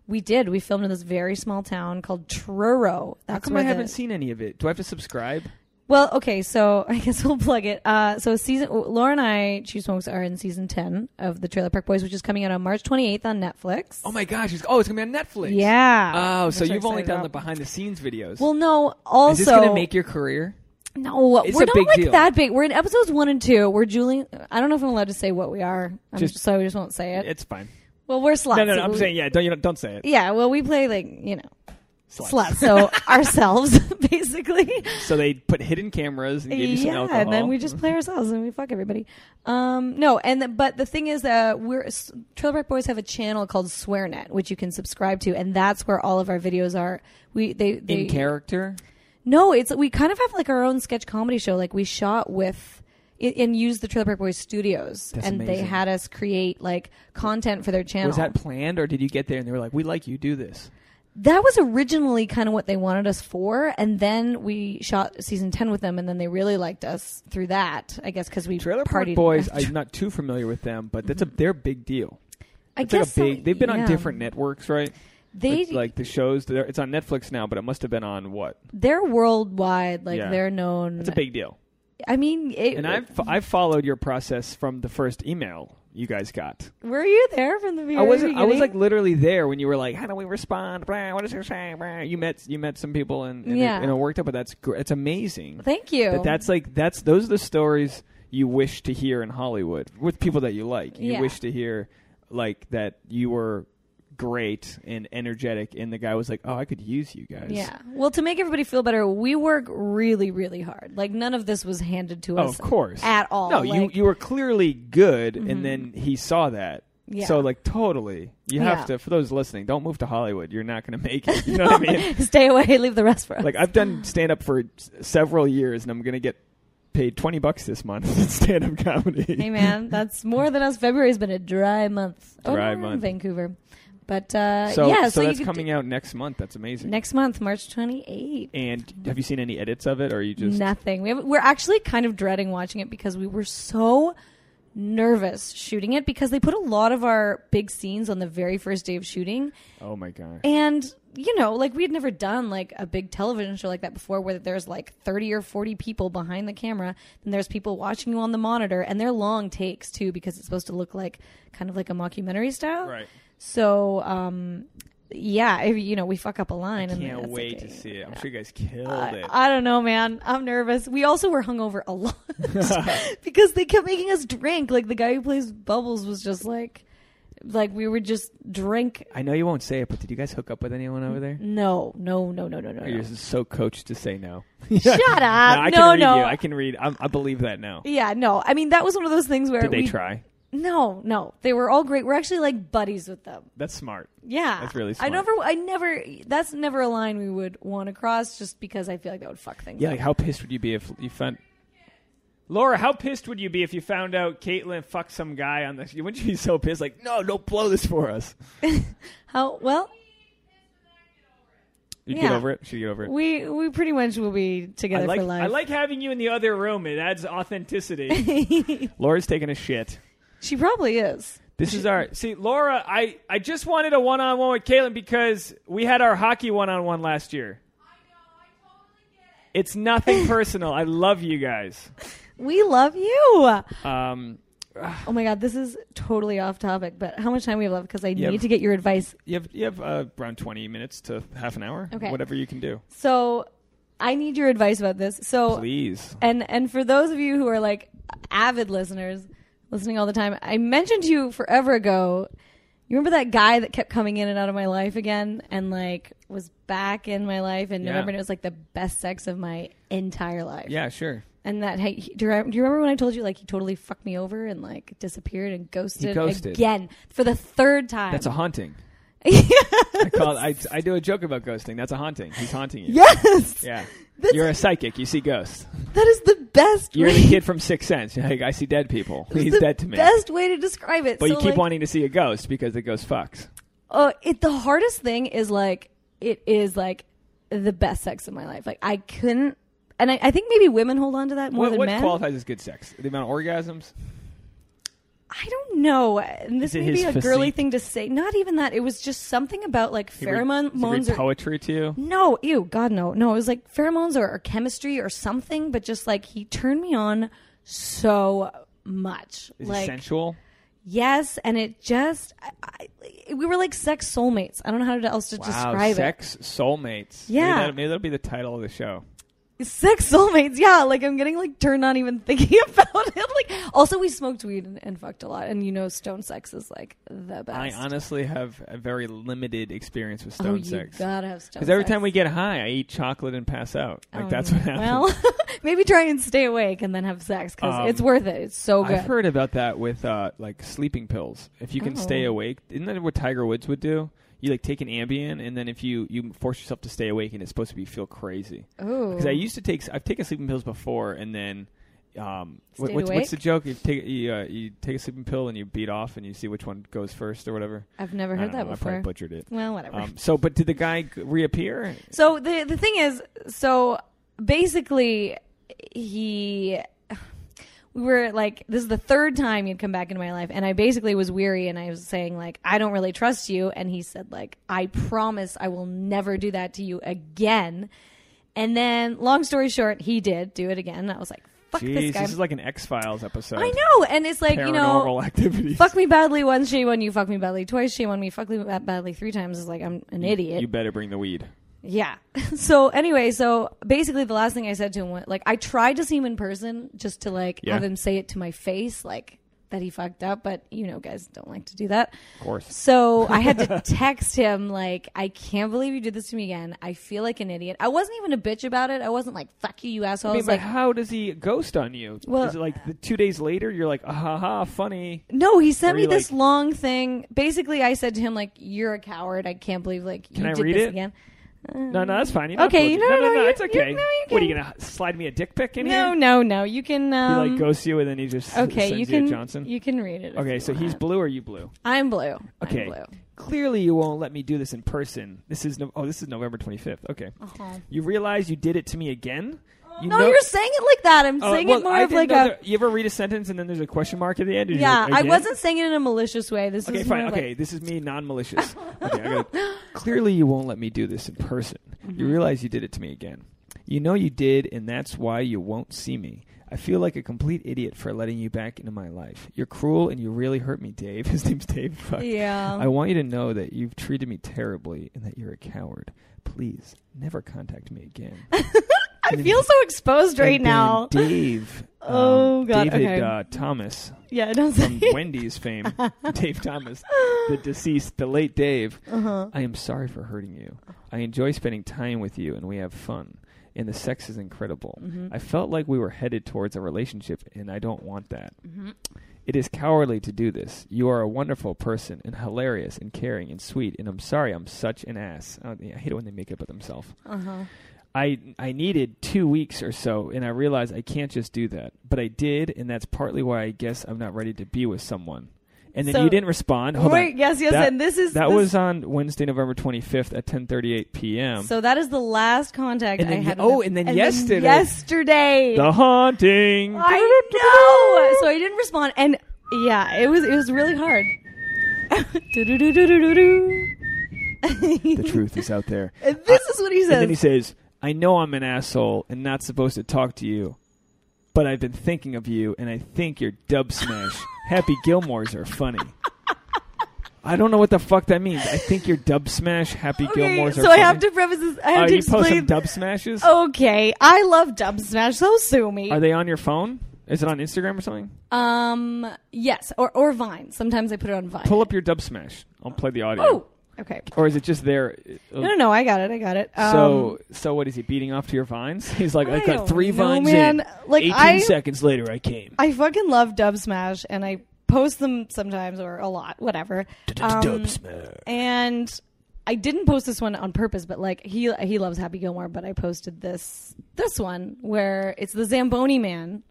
A: We did. We filmed in this very small town called Truro.
C: How
A: That's
C: come
A: where
C: I
A: the-
C: haven't seen any of it? Do I have to subscribe?
A: Well, okay, so I guess we'll plug it. Uh, so season Laura and I, She Smokes, are in season ten of the Trailer Park Boys, which is coming out on March twenty eighth on Netflix.
C: Oh my gosh! It's, oh, it's gonna be on Netflix.
A: Yeah.
C: Oh,
A: Which
C: so
A: we're
C: you've only
A: excited
C: done
A: about.
C: the behind the scenes videos.
A: Well, no. Also,
C: is this going to make your career?
A: no.
C: It's
A: we're
C: a
A: not
C: big
A: like
C: deal.
A: that big. We're in episodes one and two. We're Julie. I don't know if I'm allowed to say what we are. I'm
C: Just-
A: just, so I just won't say it.
C: It's fine.
A: well, we're sluts.
C: No, no, no I'm
A: We-
C: saying yeah. Don't you don't say it.
A: Yeah. Well, we play like you know
C: Sluts.
A: sluts. So ourselves, basically.
C: So they put hidden cameras and gave you some
A: yeah,
C: alcohol.
A: and then we just play ourselves and we fuck everybody. Um, no, and the, but the thing is that we're S- Trailer Park Boys have a channel called SwearNet, which you can subscribe to, and that's where all of our videos are. We they, they
C: in character.
A: no, it's we kind of have like our own sketch comedy show. Like we shot with i- and used the Trailer Park Boys studios,
C: That's
A: and they
C: amazing.
A: had us create like content for their channel.
C: Was that planned, or did you get there and they were like, "We like you, do this"?
A: that was originally kind of what they wanted us for, and then we shot season ten with them, and then they really liked us through that. I guess because we
C: Trailer Park
A: partied
C: Boys.
A: after.
C: I'm not too familiar with them, but that's a they're a big deal.
A: Mm-hmm. I
C: It's like a
A: guess so,
C: big. They've been
A: yeah.
C: on different networks, right?
A: They
C: It's like the shows. they're- It's on Netflix now, but it must have been on what?
A: they're worldwide. Like
C: Yeah.
A: they're known.
C: It's a big deal.
A: I mean, it,
C: And I've I've followed your process from the first email you guys got.
A: were you there from the very
C: I wasn't.
A: beginning?
C: I was like literally there when you were like, "How do we respond? Blah, what is your say? Blah." You met you met some people and and,
A: Yeah.
C: it, and it worked out. But that's gr- it's amazing.
A: thank you.
C: That that's like that's those are the stories you wish to hear in Hollywood with people that you like. You
A: Yeah.
C: wish to hear like that you were great and energetic, and the guy was like, "Oh, I could use you guys."
A: yeah. Well, to make everybody feel better, we work really, really hard. Like none of this was handed to
C: Oh,
A: us
C: of course.
A: at all.
C: No, you
A: Like, Mm-hmm.
C: you were clearly good, and then he saw that.
A: Yeah.
C: So like totally, you
A: Yeah.
C: have to. For those listening, don't move to Hollywood. You're not going to make it. You know what I mean?
A: stay away. Leave the rest for us.
C: Like I've done stand up for s- several years, and I'm going to get paid twenty bucks this month in stand up comedy.
A: hey man, that's more than us. February's been a dry month. Oh,
C: Dry
A: we're in
C: month.
A: Vancouver. But uh,
C: So,
A: yeah,
C: so,
A: so,
C: that's
A: you could
C: coming out next month. That's amazing.
A: next month, March twenty eighth.
C: and have you seen any edits of it, or are you just
A: nothing. We have, we're actually kind of dreading watching it because we were so nervous shooting it because they put a lot of our big scenes on the very first day of shooting.
C: Oh my god.
A: And you know, like we had never done like a big television show like that before, where there's like thirty or forty people behind the camera, and there's people watching you on the monitor, and they're long takes too because it's supposed to look like kind of like a mockumentary style.
E: Right.
A: So, um, yeah, if, you know, we fuck up a line. and
E: Can't
A: that's
E: wait
A: okay.
E: to see it. I'm sure you guys killed
A: I,
E: it.
A: I don't know, man. I'm nervous. We also were hungover a lot because they kept making us drink. Like the guy who plays Bubbles was just like, like we would just drink.
C: I know you won't say it, but did you guys hook up with anyone over there?
A: No, no, no, no, no, no.
C: You're
A: no.
C: just so coached to say no.
A: Shut up!
C: I
A: No,
C: can read
A: no.
C: You. I can read. I'm, I believe that now.
A: Yeah, no. I mean, that was one of those things where
C: Did they
A: we-
C: try?
A: No, no. They were all great. We're actually like buddies with them.
C: That's smart.
A: Yeah,
C: That's really
A: I
C: smart.
A: never, I never. That's never a line we would want to cross, just because I feel like that would fuck things.
C: Yeah.
A: up.
C: Like, how pissed would you be if you found?
E: Laura, how pissed would you be if you found out Caitlyn fucked some guy on the? Wouldn't you be so pissed? Like,
C: No, don't blow this for us.
A: How well?
C: You
A: Yeah.
C: get over it. Should get over it.
A: We we pretty much will be
E: I
A: together
E: like,
A: for life.
E: I like having you in the other room. It adds authenticity.
C: Laura's taking a shit.
A: She probably is.
C: This is our.
E: See, Laura, I, I just wanted a one on one with Caitlin because we had our hockey one on one last year. It's nothing personal. I love you guys.
A: We love you.
E: Um,
A: Oh my god, this is totally off topic, but how much time we have left? Because I
C: Yeah.
A: need to get your advice.
C: You have you have uh, around twenty minutes to half an hour.
A: Okay.
C: Whatever you can do.
A: So I need your advice about this. So
C: Please.
A: and and for those of you who are like avid listeners, listening all the time, I mentioned to you forever ago. You remember that guy that kept coming in and out of my life again, and like was back in my life in
C: Yeah.
A: November, and it was like the best sex of my entire life.
C: Yeah. Sure.
A: And that hey, he- do, you, do you remember when I told you like he totally fucked me over and like disappeared and ghosted,
C: ghosted.
A: again for the third time?
C: That's a haunting. I call. I I do a joke about ghosting. That's a haunting. He's haunting you.
A: yes,
C: Yeah.
A: That's-
C: You're a psychic. You see ghosts.
A: that is the best.
C: You're
A: way,
C: the kid from Sixth Sense. You're like, I see dead people.
A: that's
C: He's
A: the
C: dead to me.
A: Best way to describe it.
C: But
A: so,
C: you keep
A: like,
C: wanting to see a ghost because the ghost fucks.
A: Oh, it. The hardest thing is like it is like the best sex of my life. Like I couldn't, and I, I think maybe women hold on to that more
C: What,
A: than
C: what
A: men.
C: qualifies as good sex? The amount of orgasms?
A: I don't know. And this
C: Is it
A: may be a
C: his
A: girly
C: physique?
A: thing to say. Not even that. It was just something about like
C: He read- does he read
A: pheromones or
C: poetry to you?
A: No, ew, God, no, no. It was like pheromones or, or chemistry or something, but just like he turned me on so much.
C: Is
A: like
C: he sensual?
A: yes, and it just I, I, we were like sex soulmates. I don't know how to- else to
C: Wow,
A: describe
C: sex soulmates.
A: Yeah.
C: Maybe, that, maybe that'll be the title of the show.
A: it. Sex soulmates. Yeah, like I'm getting like turned on even thinking about it. Like also we smoked weed and, and fucked a lot, and you know stone sex is like the
C: I
A: best.
C: honestly have a very limited experience with
A: oh,
C: stone
A: you
C: sex.
A: gotta have stone.
C: Because every
A: sex.
C: time we get high, I eat chocolate and pass out. Like,
A: Oh,
C: that's
A: no.
C: what happens.
A: Well, maybe try and stay awake and then have sex because
C: Um,
A: it's worth it. It's so good.
C: I've heard about that with uh, like sleeping pills. If you can stay
A: Oh.
C: awake, isn't that what Tiger Woods would do? You like take an Ambien, and then if you you force yourself to stay awake, and it's supposed to be feel crazy.
A: Ooh.
C: Because I used to take I've taken sleeping pills before, and then um, what-
A: Stayed
C: what's,
A: awake?
C: what's the joke? You take you, uh, you take a sleeping pill and you beat off, and you see which one goes first or whatever.
A: I've never
C: I
A: heard
C: don't
A: that
C: know, I
A: before.
C: probably butchered it.
A: well, whatever.
C: Um, so, but did the guy g- reappear?
A: so the the thing is, so basically, he we were like, this is the third time he'd come back into my life, and I basically was weary, and I was saying like, I don't really trust you, and he said like, I promise I will never do that to you again. And then, long story short, he did do it again. I was like, fuck
C: Jeez,
A: this guy.
C: is like an X Files episode.
A: I know, and it's like
C: Paranormal
A: you know,
C: activities.
A: fuck me badly once, shame on you. Fuck me badly twice, shame on me. Fuck me ba- badly three times is like I'm an idiot.
C: You better bring the weed.
A: Yeah. So anyway, so basically the last thing I said to him was like I tried to see him in person just to like
C: Yeah.
A: have him say it to my face like that he fucked up, but you know guys don't like to do that.
C: Of course.
A: So I had to text him like I can't believe you did this to me again. I feel like an idiot. I wasn't even a bitch about it. I wasn't like fuck you you asshole. I,
C: I mean,
A: was
C: but
A: like
C: how does he ghost on you?
A: Well-
C: is it like the two days later? You're like, ah, ha, ha, funny.
A: no, he sent
C: Were
A: me
C: you,
A: this
C: like-
A: long thing. Basically I said to him like you're a coward. I can't believe like you
C: Can I
A: did
C: read
A: this
C: it?
A: again. Uh,
C: No, no, that's fine. You
A: Okay,
C: don't have to
A: no, no,
C: apologize. no,
A: you-
C: it's okay.
A: you- no, you
C: what are you
A: can-
C: gonna h- slide me a dick pic in
A: No,
C: here?
A: no, no. You can um,
C: he like ghosts you and then he just
A: Okay,
C: sends
A: you
C: you
A: can
C: a Johnson.
A: You can read it. if
C: okay,
A: you
C: so he's
A: want.
C: blue or you blue?
A: I'm blue.
C: Okay,
A: I'm blue.
C: clearly you won't let me do this in person. This is no- oh, this is November 25th. Okay, you realize you did it to me again. You
A: Uh-huh. No,
C: know,
A: you're saying it like that. I'm
C: Oh,
A: saying
C: well,
A: it more
C: I
A: of
C: didn't
A: like
C: know
A: a
C: there- you ever read a sentence and then there's a question mark at the end? and you're
A: yeah.
C: like,
A: I
C: again?
A: wasn't saying it in a malicious way. This
C: Okay,
A: is
C: fine.
A: more of,
C: Okay,
A: like,
C: this is me non-malicious. okay, I gotta, clearly you won't let me do this in person.
A: Mm-hmm.
C: You realize you did it to me again. You know you did, and that's why you won't see me. I feel like a complete idiot for letting you back into my life. You're cruel and you really hurt me, Dave. His name's Dave. Fuck.
A: yeah.
C: I want you to know that you've treated me terribly and that you're a coward. Please never contact me again.
A: I feel so exposed right
C: And then
A: now.
C: Dave. um,
A: Oh, God,
C: David
A: okay.
C: uh, Thomas
A: Yeah, I don't
C: from
A: say. Uh-huh.
C: Wendy's fame, Dave Thomas, the deceased, the late Dave.
A: Uh-huh.
C: I am sorry for hurting you. I enjoy spending time with you, and we have fun. And the sex is incredible.
A: Mm-hmm.
C: I felt like we were headed towards a relationship, and I don't want that.
A: Mm-hmm.
C: It is cowardly to do this. You are a wonderful person, and hilarious, and caring, and sweet. And I'm sorry, I'm such an ass. I, don't- I hate it when they make up with themselves.
A: Uh-huh.
C: I I needed two weeks or so, and I realized I can't just do that. But I did, and that's partly why I guess I'm not ready to be with someone. And then
A: So-
C: you didn't respond. Hold
A: Wait,
C: on.
A: yes, yes,
C: That-
A: and this is
C: That
A: this-
C: was on Wednesday, November 25th at 10:38 p.m.
A: So that is the last contact
C: Um, And
A: I
C: then-
A: had.
C: oh,
A: with him.
C: and then yesterday.
A: yesterday.
C: the haunting.
A: I know. So I didn't respond, and yeah, it was it was really hard.
C: the truth is out there.
A: And this is what he
C: And then he
A: says.
C: says, "I know I'm an asshole and not supposed to talk to you, but I've been thinking of you, and I think you're dub smash. Happy Gilmores are funny." I don't know what the fuck that means. I think you're dub smash. Happy
A: Okay,
C: Gilmores are
A: so I
C: funny.
A: have to preface this. I have
C: Are
A: to
C: you post
A: explain. Oh.
C: some dub smashes?
A: okay, I love Dub Smash. So sue me.
C: Are they on your phone? Is it on Instagram or something?
A: um, yes, or or Vine. Sometimes I put it on Vine.
C: Pull up your dub smash. I'll play the audio.
A: Oh, okay.
C: Or is it just there?
A: No, no, no. I got it. I got it. Um,
C: So, so what is he beating off to your vines? He's like,
A: I
C: I,
A: don't
C: got three
A: know,
C: vines in.
A: man. Like,
C: 18
A: I-
C: seconds later, I came.
A: I fucking love Dub Smash, and I post them sometimes or a lot, whatever. Um,
C: Dub smash.
A: and I didn't post this one on purpose, but like he he loves Happy Gilmore, but I posted this this one where it's the Zamboni man.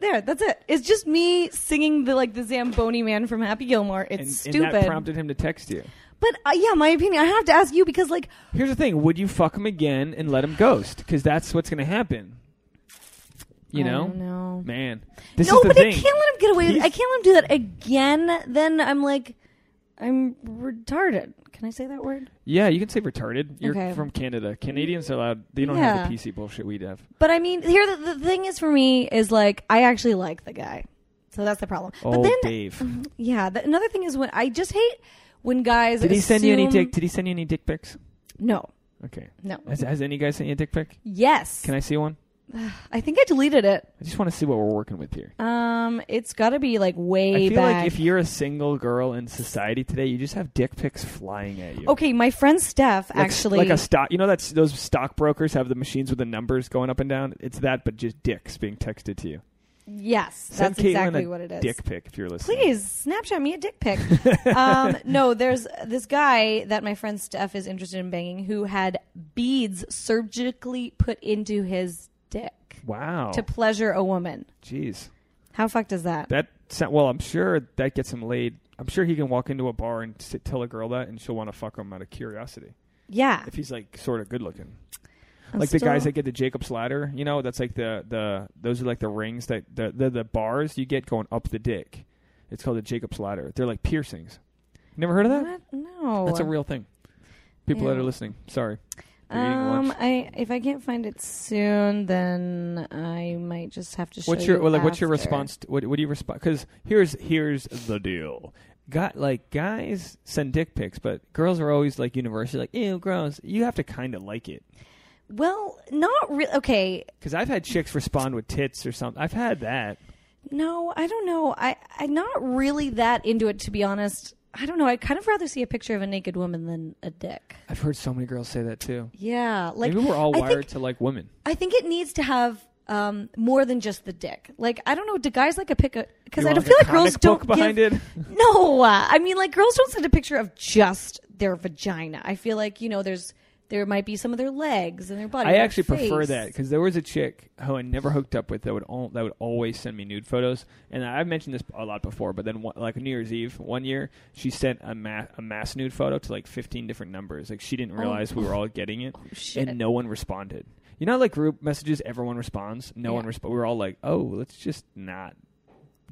A: There, that's it. It's just me singing the like the Zamboni man from Happy Gilmore. It's
C: and, and
A: stupid.
C: that prompted him to text you.
A: but uh, yeah, my opinion. I have to ask you because like
C: Here's the thing: Would you fuck him again and let him ghost? Because that's what's going to happen. You
A: I
C: know,
A: don't know.
C: man. This
A: no,
C: is the
A: but
C: thing.
A: I can't let him get away. with
C: He's-
A: I can't let him do that again. Then I'm like, I'm retarded. Can I say that word?
C: yeah, you can say retarded. You're
A: Okay.
C: from Canada. Canadians are allowed. They don't have the
A: Yeah.
C: PC bullshit we'd have.
A: But I mean, here the, the thing is for me is like I actually like the guy, so that's the problem.
C: Oh,
A: but then,
C: Dave.
A: yeah. The, another thing is when I just hate when guys.
C: Did he send you any
A: assume-
C: dick? Did he send you any dick pics?
A: No,
C: Okay.
A: no.
C: Has, has any guy sent you a dick pic?
A: Yes,
C: Can I see one?
A: I think I deleted it.
C: I just want to see what we're working with here.
A: Um, it's got to be like way
C: I feel
A: back.
C: like if you're a single girl in society today, you just have dick pics flying at you.
A: okay, my friend Steph
C: Like-
A: actually
C: like a stock. You know that's those stockbrokers have the machines with the numbers going up and down. It's that, but just dicks being texted to you.
A: Yes,
C: Send
A: that's
C: Caitlin
A: exactly
C: a
A: what it is.
C: Dick pic, if you're listening.
A: please Snapchat me a dick pic. um, no, there's this guy that my friend Steph is interested in banging who had beads surgically put into his dick
C: Wow.
A: to pleasure a woman.
C: Jeez.
A: How fucked is that?
C: That sound, well, I'm sure that gets him laid. I'm sure he can walk into a bar and sit, tell a girl that, and she'll want to fuck him out of curiosity.
A: yeah,
C: If he's like sort of good looking,
A: I'm
C: like the guys
A: still-
C: that get the Jacob's ladder, you know, that's like the the those are like the rings that the the, the bars you get going up the dick. It's called the Jacob's ladder. They're like piercings. Never heard of that?
A: What? No,
C: That's a real thing. People that
A: Yeah.
C: are listening, sorry. You're eating
A: Um,
C: lunch.
A: I if I can't find it soon, then I might just have to. Show
C: What's your
A: you
C: well, like, what's your
A: after.
C: response? To, what, what do you respond? Because here's here's the deal. Got like guys send dick pics, but girls are always like universally like ew gross. You have to kind of like it
A: Well, not real. Okay,
C: because I've had chicks respond with tits or something. I've had that.
A: No, I don't know. I I'm not really that into it to be honest. I don't know. I kind of rather see a picture of a naked woman than a dick.
C: I've heard so many girls say that too.
A: Yeah, like
C: Maybe we're all
A: I
C: wired
A: Think,
C: to like women.
A: I think it needs to have um, more than just the dick. Like I don't know. Do guys like a pic? Because
C: You
A: I
C: want,
A: don't
C: a
A: feel like girls
C: comic book
A: don't
C: behind
A: give,
C: it.
A: No, uh, I mean like girls don't send a picture of just their vagina. I feel like you know there's There might be some of their legs and their body.
C: I
A: and their
C: actually prefer
A: face.
C: that because there was a chick who I never hooked up with that would al- that would always send me nude photos, and I've mentioned this a lot before. But then, one, like New Year's Eve one year, she sent a ma a mass nude photo to like fifteen different numbers. Like she didn't realize we were all getting it,
A: shit.
C: and no one responded. You know, like group messages, everyone responds. No
A: Yeah.
C: one resp- We're all like, oh, let's just not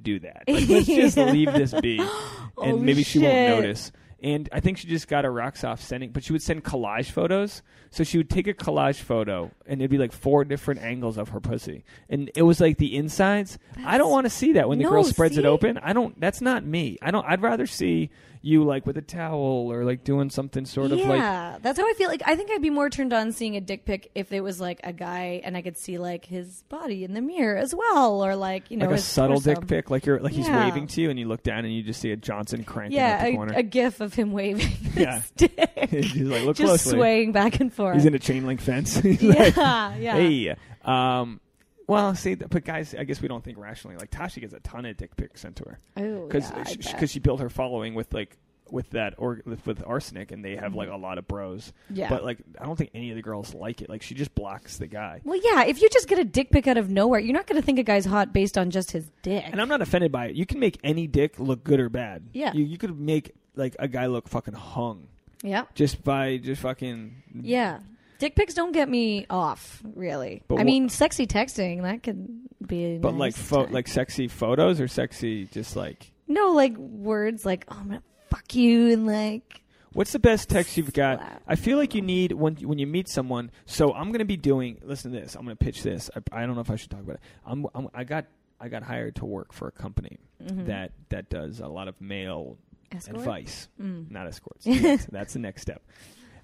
C: do that. Like, let's just leave this be, and
A: Oh,
C: maybe she won't
A: shit.
C: notice. And I think she just got her rocks off sending, but she would send collage photos. So she would take a collage photo, and it'd be like four different angles of her pussy, and it was like the insides. I don't want to see that when the
A: No,
C: girl spreads it
A: see?
C: open. I don't. That's not me. I don't. I'd rather see you like with a towel or like doing something sort of like
A: yeah, that's how I feel. Like I think I'd be more turned on seeing a dick pic if it was like a guy and I could see like his body in the mirror as well, or like you know
C: like a
A: his
C: subtle
A: torso.
C: dick pic, like you're like he's
A: um, Yeah.
C: waving to you, and you look down and you just see a Johnson cranking at
A: Yeah,
C: the
A: a,
C: corner.
A: a gif of him waving his
C: Yeah.
A: dick,
C: He's like, look
A: just
C: closely.
A: swaying back and forth.
C: He's in a chain link fence. He's like,
A: yeah, yeah.
C: hey, um, well, see, th- but guys, I guess we don't think rationally. Like Tasha gets a ton of dick pics sent to her
A: Oh,
C: because
A: yeah, I
C: she,
A: bet.
C: 'cause she built her following with like with that or with, with arsenic, and they have like a lot of bros.
A: Mm-hmm. Yeah.
C: but like I don't think any of the girls like it. Like she just blocks the guy.
A: Well, yeah. If you just get a dick pic out of nowhere, you're not going to think a guy's hot based on just his dick.
C: And I'm not offended by it. You can make any dick look good or bad.
A: Yeah.
C: you, you could make like a guy look fucking hung.
A: yeah,
C: just by just fucking
A: yeah. Dick pics don't get me off, really.
C: But
A: I
C: wh-
A: mean, sexy texting that can be. a
C: but
A: nice
C: like fo-
A: time.
C: like sexy photos or sexy just like
A: no, like words like "oh, I'm gonna fuck you" and like
C: what's the best text you've got
A: Slap.
C: i feel like you need when when you meet someone so i'm gonna be doing listen to this i'm gonna pitch this i, I don't know if i should talk about it I'm, I'm i got i got hired to work for a company that that does a lot of mail
A: escort.
C: advice
A: Mm.
C: not escorts Yes, that's the next step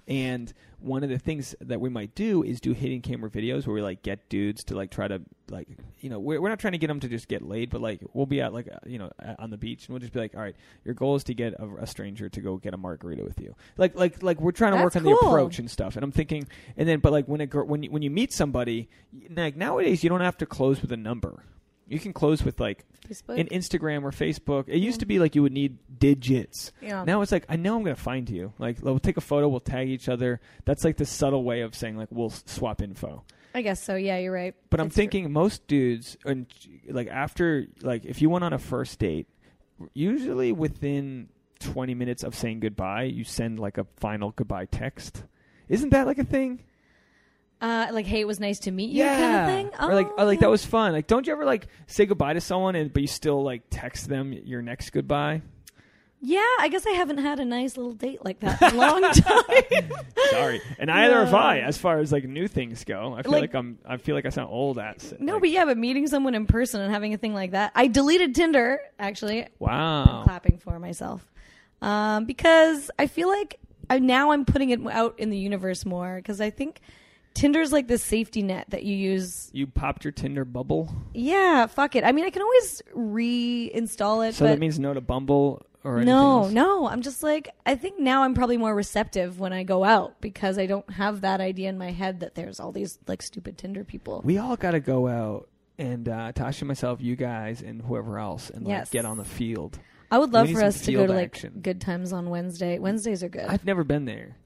C: and one of the things that we might do is do hidden camera videos where we like get dudes to like try to like you know we're, we're not trying to get them to just get laid but like we'll be out like uh, you know uh, on the beach and we'll just be like all right your goal is to get a, a stranger to go get a margarita with you like like like we're trying to work
A: That's
C: on the
A: cool.
C: approach and stuff and i'm thinking and then but like when a girl when you, when you meet somebody like nowadays you don't have to close with a number you can close with like
A: Facebook.
C: in Instagram or Facebook. It used to be like you would need digits.
A: Yeah.
C: Now it's like I know I'm going to find you. Like we'll take a photo, we'll tag each other. That's like the subtle way of saying like we'll s- swap info.
A: I guess so. Yeah, you're right.
C: But I'm
A: That's true.
C: thinking most dudes and like after like if you went on a first date, usually within 20 minutes of saying goodbye, you send like a final goodbye text. Isn't that like a thing?
A: uh, like, "Hey, it was nice to meet you," kind of thing.
C: or like,
A: oh,
C: or like
A: yeah.
C: that was fun. Like, don't you ever like say goodbye to someone and but you still like text them your next goodbye?
A: Yeah, I guess I haven't had a nice little date like that in a long time.
C: Sorry, and neither have
A: No.
C: I. As far as like new things go, I feel like,
A: Like-
C: I'm. I feel like I sound old. At
A: No,
C: like,
A: but yeah, but meeting someone in person and having a thing like that. I deleted Tinder, actually. I'm
C: wow,
A: clapping for myself. Um, because I feel like I, now I'm putting it out in the universe more because I think Tinder's like the safety net that you use.
C: you popped your Tinder bubble.
A: Yeah, fuck it. I mean, I can always reinstall it.
C: So
A: but
C: that means no to Bumble or anything
A: no,
C: else?
A: no. I'm just like, I think now I'm probably more receptive when I go out because I don't have that idea in my head that there's all these like stupid Tinder people.
C: We all got to go out and uh, Tasha, myself, you guys, and whoever else, and like
A: Yes.
C: get on the field.
A: I would love
C: need
A: for
C: some
A: us to go
C: field
A: to like
C: action.
A: good times on Wednesday. Wednesdays are good.
C: I've never been there.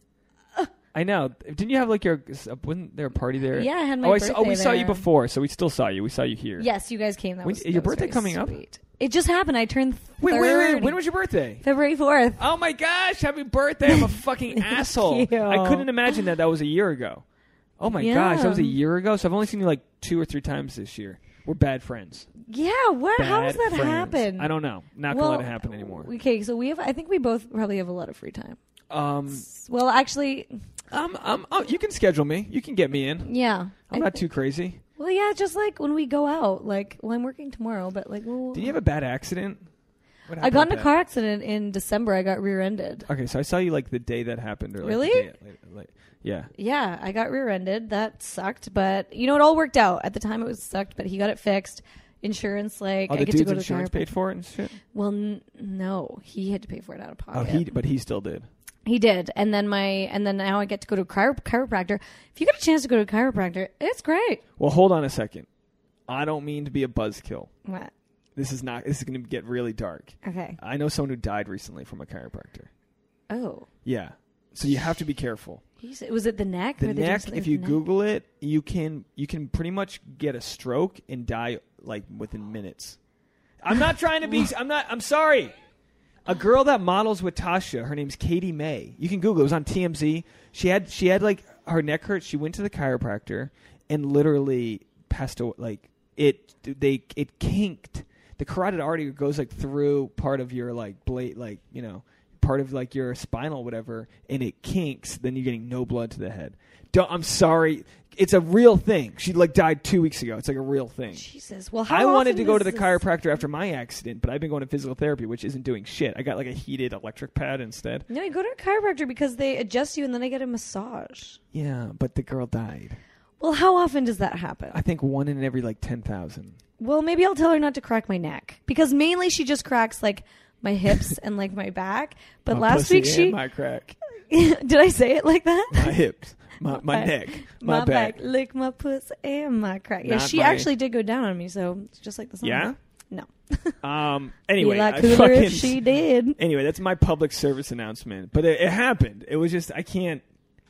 C: I know. Didn't you have like your? uh, Wasn't there a party there?
A: Yeah, I had my
C: oh, saw, oh,
A: birthday
C: we saw you
A: there.
C: before, so we still saw you. We saw you here.
A: yes, you guys came. That
C: When-
A: was
C: is
A: that
C: your
A: was
C: birthday
A: very
C: coming up?
A: sweet. It just happened. I turned
C: Wait, wait, wait,
A: 30.
C: When was your birthday?
A: February fourth.
C: Oh my gosh! Happy birthday! I'm a fucking asshole.
A: you.
C: I couldn't imagine that that was a year ago. Oh my
A: Yeah.
C: gosh, that was a year ago. So I've only seen you like two or three times this year. We're bad friends.
A: Yeah, where? How
C: Bad
A: does that
C: friends.
A: happen?
C: I don't know. Not
A: well,
C: gonna let it happen anymore.
A: Okay, so we have. I think we both probably have a lot of free time.
C: um,
A: Well, actually,
C: um, um, oh, you can schedule me. You can get me in.
A: yeah. I
C: I'm not
A: thi-
C: too crazy.
A: well, yeah, just like when we go out. Like, well, I'm working tomorrow, but like, well,
C: Did you have a bad accident? What
A: I got in
C: happened
A: a
C: with
A: car accident in December. I got rear-ended.
C: that? Okay, so I saw you like the day that happened. Or, like,
A: Really?
C: the day- like- like- yeah.
A: Yeah, I got rear-ended. That sucked, but you know it all worked out. At the time, it was sucked, but he got it fixed. Insurance, like
C: Oh,
A: I
C: the
A: get to
C: dude's
A: go to the
C: insurance
A: therapist.
C: paid for it and shit.
A: Well, n- no, he had to pay for it out of pocket.
C: Oh, he, but he still did.
A: He did, and then my and then now I get to go to a chiro- chiropractor. If you get a chance to go to a chiropractor, it's great.
C: Well, hold on a second. I don't mean to be a buzzkill.
A: What?
C: This is not. This is going to get really dark.
A: Okay.
C: I know someone who died recently from a chiropractor.
A: Oh,
C: Yeah. So you have to be careful.
A: He's- Was it the neck?
C: The
A: Were they doing
C: neck,
A: something
C: if
A: with
C: you
A: the neck?
C: Google it, you can you can pretty much get a stroke and die like within minutes. I'm not trying to be. I'm not. I'm sorry. A girl that models with Tasha, her name's Katie May. You can Google. It It was on TMZ. She had she had like her neck hurt. She went to the chiropractor and literally passed away. Like it, they it kinked. The carotid artery goes like through part of your like blade, like you know, part of like your spinal whatever, and it kinks. Then you're getting no blood to the head. Don't, I'm sorry. It's a real thing. She like died two weeks ago. It's like a real thing.
A: Jesus. Well, how
C: I wanted
A: often
C: to go
A: does
C: to the
A: this-
C: chiropractor after my accident, but I've been going to physical therapy, which isn't doing shit. I got like a heated electric pad instead.
A: No, you go to a chiropractor because they adjust you, and then I get a massage.
C: Yeah, but the girl died.
A: Well, how often does that happen?
C: I think one in every like 10,000.
A: Well, maybe I'll tell her not to crack my neck because mainly she just cracks like my hips and like my back. But
C: My
A: last
C: pussy
A: week
C: and
A: she
C: My crack.
A: did I say it like that?
C: My hips. My, my
A: My-
C: neck. My, back.
A: lick my puss, and my crack. Yeah,
C: Not
A: she
C: my-
A: actually did go down on me, so it's just like the song.
C: Yeah?
A: No.
C: Um, anyway,
A: Be
C: I
A: like cooler
C: fucking-
A: if she did.
C: anyway, that's my public service announcement. But it, it happened. It was just, I can't.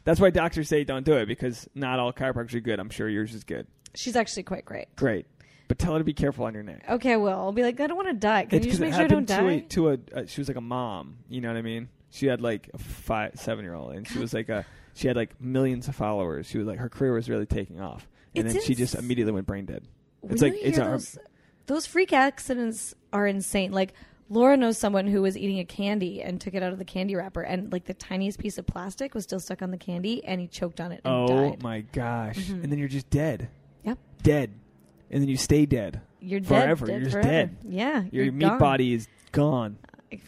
C: That's why doctors say don't do it because not all chiropractors are good. I'm sure yours is good.
A: She's actually quite great.
C: Great. But tell her to be careful on your neck.
A: Okay, well, I'll be like, I don't want to die. Can
C: It's
A: you just
C: 'cause
A: make
C: it
A: sure I don't
C: happened
A: die?
C: to a to a uh, she was like a mom, you know what I mean? She had like a five seven year old, and she was like a she had like millions of followers. She was like her career was really taking off, and
A: It's
C: then she just
A: ins-
C: immediately went brain dead.
A: When
C: It's
A: you
C: like it's
A: hear
C: a,
A: those, those freak accidents are insane. Like Laura knows someone who was eating a candy and took it out of the candy wrapper, and like the tiniest piece of plastic was still stuck on the candy, and he choked on it and
C: oh
A: died. Mm-hmm.
C: my gosh, and then you're just dead,
A: Yep,
C: dead, and then you stay dead.
A: you're dead
C: Forever.
A: dead
C: You're just
A: forever.
C: dead.
A: Yeah,
C: Your
A: you're
C: meat
A: gone.
C: body is gone.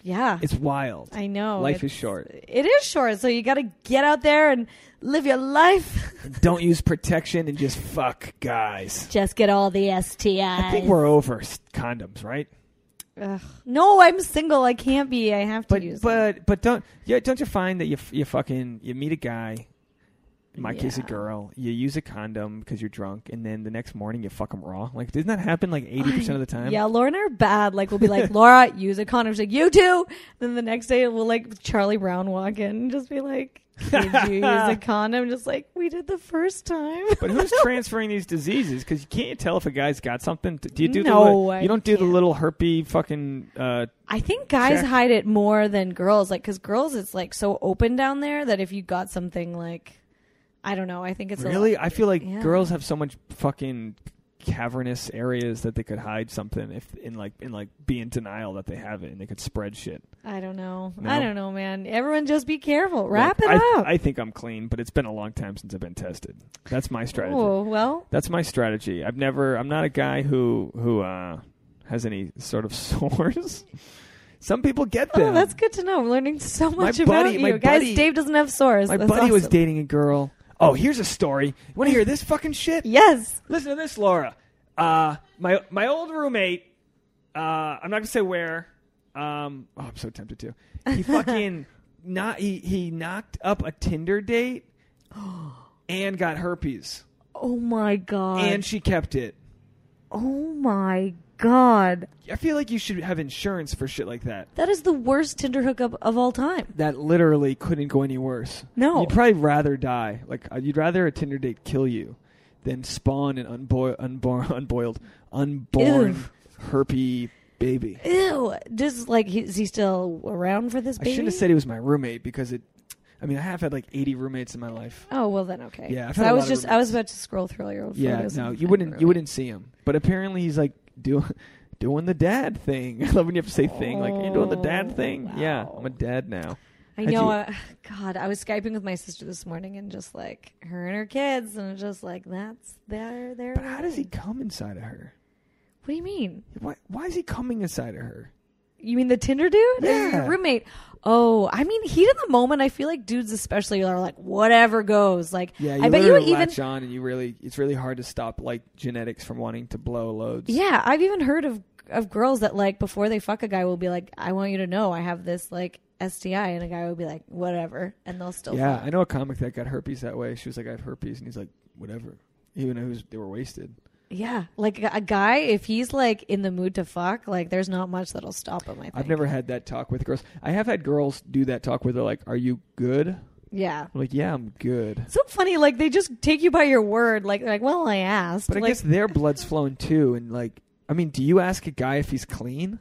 A: Yeah,
C: It's wild.
A: I know.
C: Life is
A: it's-
C: short.
A: It is short, so you got to get out there and live your life.
C: Don't use protection and just fuck guys.
A: Just get all the STIs.
C: I think we're over s- condoms, right?
A: Ugh. No, I'm single. I can't be. I have to
C: but
A: use. them.
C: but but don't yeah don't you find that you f- you fucking you meet a guy in my case a
A: Yeah.
C: girl you use a condom because you're drunk and then the next morning you fuck them raw like doesn't that happen like 80% of the time
A: Yeah, Laura and I are bad. Like we'll be like, Laura, use a condom. She's like, you too. Then the next day we'll like Charlie Brown walk in and just be like, did you use a condom? Just like we did the first time.
C: but who's transferring these diseases because you can't tell if a guy's got something do you do
A: No,
C: the little,
A: I
C: you don't do the
A: can't.
C: little herpy fucking uh
A: I think guys
C: Check.
A: hide it more than girls. Like because girls, it's like so open down there that if you got something like, I don't know. I think it's a-
C: really i feel like
A: Yeah.
C: girls have so much fucking cavernous areas that they could hide something if in like in like be in denial that they have it and they could spread shit
A: I don't know.
C: No?
A: I don't know, man. Everyone, just be careful. Wrap
C: Like,
A: it
C: I,
A: up.
C: I think I'm clean, but it's been a long time since I've been tested. That's my strategy.
A: oh well.
C: That's my strategy. I've never. I'm not a guy who who uh, has any sort of sores. Some people get them.
A: Oh, that's good to know. I'm learning so much
C: buddy-
A: about
C: my
A: you. Guys,
C: buddy-
A: Dave doesn't have sores.
C: my
A: That's
C: buddy was
A: awesome.
C: dating a girl. Oh, here's a story. You want to hear this fucking shit?
A: Yes.
C: Listen to this, Laura. Uh, my my old roommate. Uh, I'm not gonna say where. Um, oh, I'm so tempted to. He fucking not. He he knocked up a Tinder date and got herpes,
A: Oh my god.
C: and she kept it.
A: oh my god.
C: I feel like you should have insurance for shit like that.
A: That is the worst Tinder hookup of all time.
C: That literally couldn't go any worse.
A: No.
C: you'd probably rather die. Like uh, you'd rather a Tinder date kill you than spawn an unbo- unborn, unboiled, unborn
A: Ew.
C: herpy baby.
A: Ew. Just like he, is he still around for this
C: I
A: baby?
C: shouldn't have said he was my roommate because it. I mean, I have had like 80 roommates in my life.
A: Oh well, then okay.
C: Yeah, I've
A: So
C: had a
A: I was
C: lot of
A: just I was about to scroll through all your old
C: Yeah,
A: photos.
C: no,
A: and
C: you
A: find
C: wouldn't.
A: your roommate.
C: You wouldn't see him. But apparently, he's like doing doing the dad thing. I love when you have to say thing like you're doing the
A: Oh,
C: dad thing. Yeah,
A: wow.
C: I'm a dad now.
A: I
C: Had
A: know.
C: you-
A: uh, God, I was skyping with my sister this morning, and just like her and her kids, and it's just like that's their their.
C: But how does he
A: life.
C: come inside of her?
A: What do you mean?
C: Why, why is he coming inside of her?
A: You mean the Tinder dude? Or
C: Yeah.
A: Your roommate. Oh, I mean, heat in the moment. I feel like dudes, especially, are like whatever goes. Like,
C: Yeah, you
A: I bet you
C: literally
A: even.
C: latch on, and you really—it's really hard to stop like genetics from wanting to blow loads.
A: Yeah, I've even heard of of girls that like before they fuck a guy will be like, I want you to know I have this like STI, and a guy will be like, whatever, and they'll still.
C: yeah.
A: fuck.
C: I know a comic that got herpes that way. She was like, "I have herpes," and he's like, "Whatever." Even though he was, they were wasted.
A: yeah. Like a guy, if he's like in the mood to fuck, like there's not much that'll stop him. I think.
C: I've never had that talk with girls. I have had girls do that talk where they're like, "Are you good?"
A: Yeah.
C: I'm like, yeah, I'm good.
A: So funny, like they just take you by your word. Like, they're like well, I asked.
C: But I
A: like,
C: guess their blood's flowing too, and like, I mean, do you ask a guy if he's clean?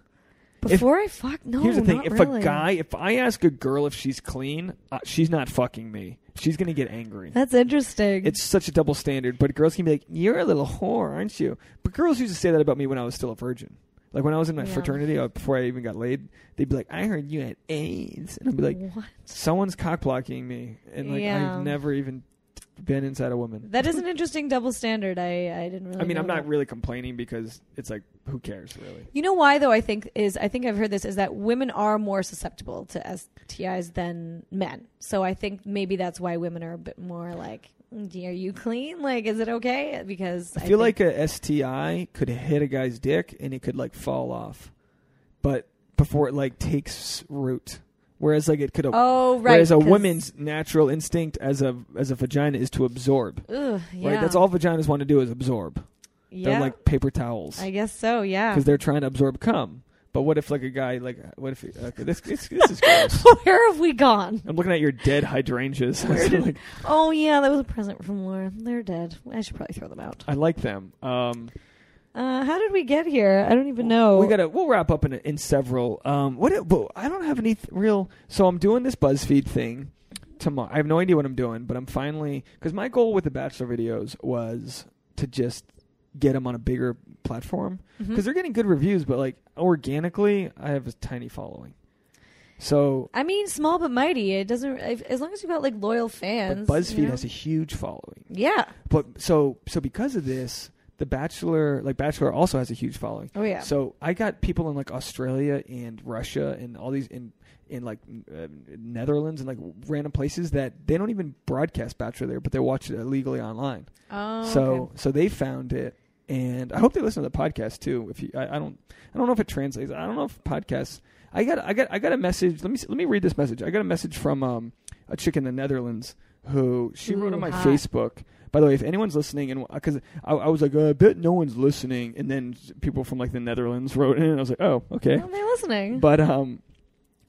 A: before I fuck, no.
C: Here's the thing:
A: not
C: if
A: really.
C: a guy, if I ask a girl if she's clean, uh, she's not fucking me. She's gonna get angry.
A: That's interesting.
C: It's such a double standard. But girls can be like, "You're a little whore, aren't you?" But girls used to say that about me when I was still a virgin. Like when I was in my
A: Yeah.
C: fraternity, uh, before I even got laid, they'd be like, "I heard you had AIDS," and I'd be like,
A: what?
C: "Someone's cock blocking me," and like
A: Yeah.
C: I've never even been inside a woman.
A: That is an interesting double standard. I I didn't really.
C: I mean,
A: know
C: I'm not
A: that.
C: really complaining because it's like, who cares really?
A: You know why though? I think is I think I've heard this is that women are more susceptible to STIs than men. So I think maybe that's why women are a bit more like, "Mm, "Are you clean? Like, is it okay?" Because
C: I feel
A: think-
C: like a STI could hit a guy's dick and it could like fall off, but before it like takes root. Whereas like it could,
A: oh right,
C: whereas a
A: 'cause-
C: woman's natural instinct as a as a vagina is to absorb.
A: Ugh, yeah,
C: Right, that's all vaginas want to do is absorb.
A: Yeah,
C: They're like paper towels
A: I guess so. Yeah.
C: because they're trying to absorb cum. But what if like a guy like what if uh, okay, this, this this is gross.
A: Where have we gone?
C: I'm looking at your dead hydrangeas. like,
A: Oh yeah, that was a present from Laura. They're dead. I should probably throw them out.
C: I like them. Um,
A: Uh, how did we get here? I don't even know.
C: We gotta. We'll wrap up in in several. Um, what? it- But I don't have any th- real. So I'm doing this BuzzFeed thing tomorrow. I have no idea what I'm doing, but I'm finally because my goal with the Bachelor videos was to just get them on a bigger platform
A: Mhm.
C: because they're getting good reviews, but like organically, I have a tiny following. So
A: I mean, small but mighty. It doesn't. If, as long as you've got like loyal
C: but
A: fans.
C: BuzzFeed
A: you know?
C: has a huge following.
A: Yeah.
C: But so so because of this, the Bachelor like Bachelor also has a huge following.
A: Oh yeah.
C: So I got people in like Australia and Russia and all these in in like uh, Netherlands and like random places that they don't even broadcast Bachelor there, but they watch it illegally online.
A: oh.
C: so
A: okay.
C: so they found it, and I hope they listen to the podcast too. If you, I, I don't I don't know if it translates. I don't know if podcasts. I got I got I got a message. Let me see- let me read this message. I got a message from um a chick in the Netherlands who she wrote
A: Ooh,
C: on my
A: hot.
C: Facebook. By the way, if anyone's listening, and because I, I was like, uh, I bet no one's listening, and then people from like the Netherlands wrote in, and I was like, oh, okay.
A: Well, they're listening.
C: But um,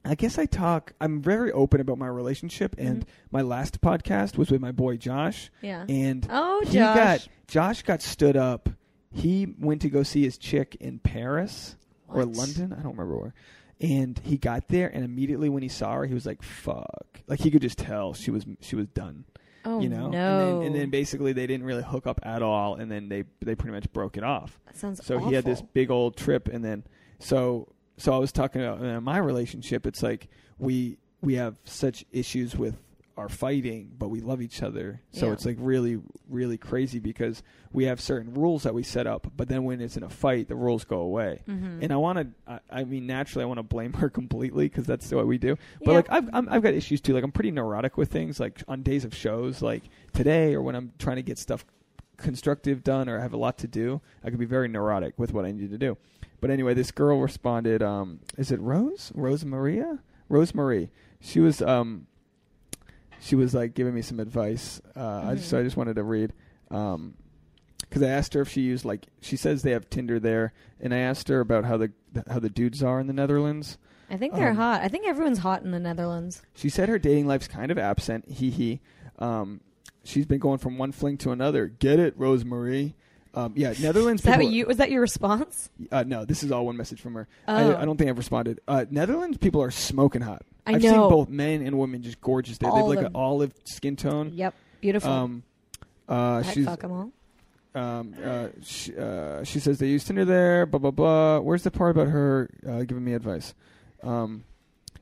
C: I guess I talk. I'm very open about my relationship, and
A: Mhm.
C: my last podcast was with my boy Josh,
A: yeah.
C: and
A: Oh,
C: he
A: Josh.
C: got Josh got stood up. He went to go see his chick in Paris or
A: What?
C: London, I don't remember where. And he got there, and immediately when he saw her, he was like, "Fuck!" Like he could just tell she was she was done,
A: Oh
C: you know.
A: no.
C: And, then, and then basically they didn't really hook up at all, and then they they pretty much broke it off
A: that sounds
C: so he had this
A: awful.
C: big old trip and then so so i was talking about in my relationship it's like we we have such issues with our fighting but we love each other so
A: Yeah.
C: it's like really really crazy because we have certain rules that we set up but then when it's in a fight the rules go away
A: Mm-hmm.
C: and i want to I, I mean naturally i want to blame her completely because that's the way we do but
A: Yeah.
C: like I've I'm, I've got issues too. Like I'm pretty neurotic with things. Like on days of shows, like today, or when I'm trying to get stuff constructive done, or I have a lot to do, I could be very neurotic with what I need to do. But anyway, this girl responded. Um, is it Rose? Rose Maria? Rose Marie? She was um, she was like giving me some advice. Uh, I just,
A: Mhm.
C: so I just wanted to read. Um, because I asked her if she used like she says they have Tinder there, and I asked her about how the how the dudes are in the Netherlands.
A: I think they're
C: um,
A: hot. I think everyone's hot in the Netherlands.
C: She said her dating life's kind of absent. Hee hee. Um, she's been going from one fling to another. Get it, Rosemarie. Um, yeah, Netherlands.
A: Is that
C: people-
A: you? Was that your response?
C: Uh, no, this is all one message from her.
A: Oh.
C: I, I don't think I've responded. Uh, Netherlands people are smoking hot.
A: I
C: have
A: know.
C: seen both men and women just gorgeous there.
A: All
C: they have like
A: of
C: an
A: them.
C: olive skin tone.
A: Yep. Beautiful.
C: Um, uh,
A: I'd
C: she's
A: fuck 'em all.
C: um, uh, she, uh, she says they use Tinder there, blah, blah, blah. Where's the part about her uh, giving me advice? Um,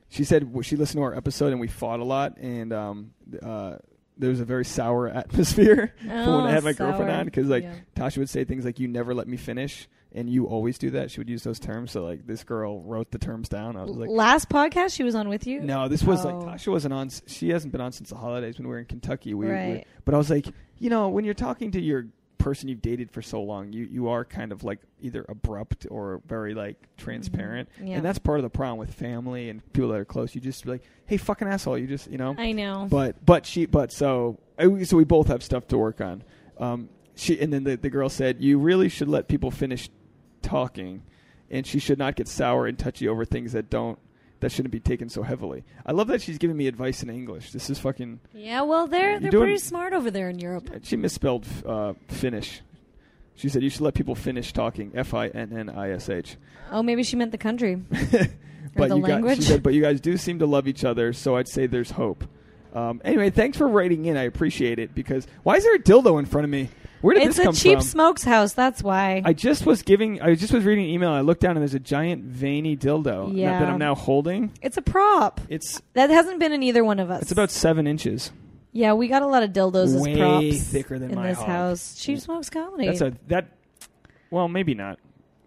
C: she said w- she listened to our episode and we fought a lot, and um, th- uh, there was a very sour atmosphere for when I had my girlfriend on because, like, Tasha would say things like, You never let me finish, and you always do that. She would use those terms. So, like, this girl wrote the terms down. I was like,
A: last podcast she was on with you.
C: no, this was
A: Oh.
C: like Tasha wasn't on. s- She hasn't been on since the holidays when we were in Kentucky. We, we-
A: Right.
C: but I was like, you know, when you're talking to your person you've dated for so long, you you are kind of like either abrupt or very like transparent,
A: Mhm. Yeah.
C: and that's part of the problem with family and people that are close. You just be like, hey, fucking asshole, you just you know.
A: I know.
C: But but she but so I- so we both have stuff to work on. Um, she and then the the girl said, you really should let people finish talking, and she should not get sour and touchy over things that don't that shouldn't be taken so heavily. I love that she's giving me advice in English. This is fucking.
A: Yeah, well, they're
C: You're
A: they're
C: doing-
A: pretty smart over there in Europe.
C: She misspelled uh, Finnish. She said you should let people finish talking. F I N N I S H.
A: Oh, maybe she meant the country.
C: but
A: the
C: you guys, she
A: language.
C: said, but you guys do seem to love each other, so I'd say there's hope. Um, anyway, thanks for writing in. I appreciate it because why is there a dildo in front of me? Where did
A: it's
C: this
A: a
C: come
A: cheap
C: from?
A: smokes house. That's why.
C: I just was giving. I just was reading an email. I looked down and there's a giant veiny dildo
A: Yeah.
C: that I'm now holding.
A: it's a prop.
C: It's
A: That hasn't been in either one of us.
C: it's about seven inches.
A: yeah. We got a lot of dildos
C: Way
A: as props
C: thicker than
A: in
C: my
A: this
C: hog.
A: house. Cheap smokes comedy.
C: That's a that. Well, maybe not.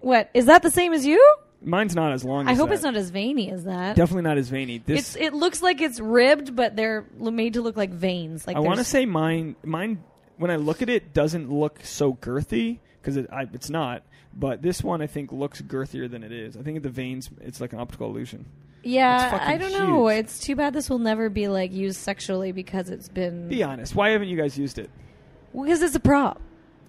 A: what is that the same as you?
C: Mine's not as long.
A: I
C: as
A: hope
C: that.
A: it's not as veiny as that.
C: Definitely not as veiny. This
A: It's it looks like it's ribbed, but they're l- made to look like veins. Like
C: I want to
A: there's-
C: say mine. Mine when I look at it doesn't look so girthy because it, I- it's not. But this one I think looks girthier than it is. I think the veins. It's like an optical illusion. it's
A: yeah.
C: fucking
A: I don't know.
C: huge.
A: It's too bad this will never be like used sexually because it's been
C: Be honest. Why haven't you guys used it?
A: because it's a prop.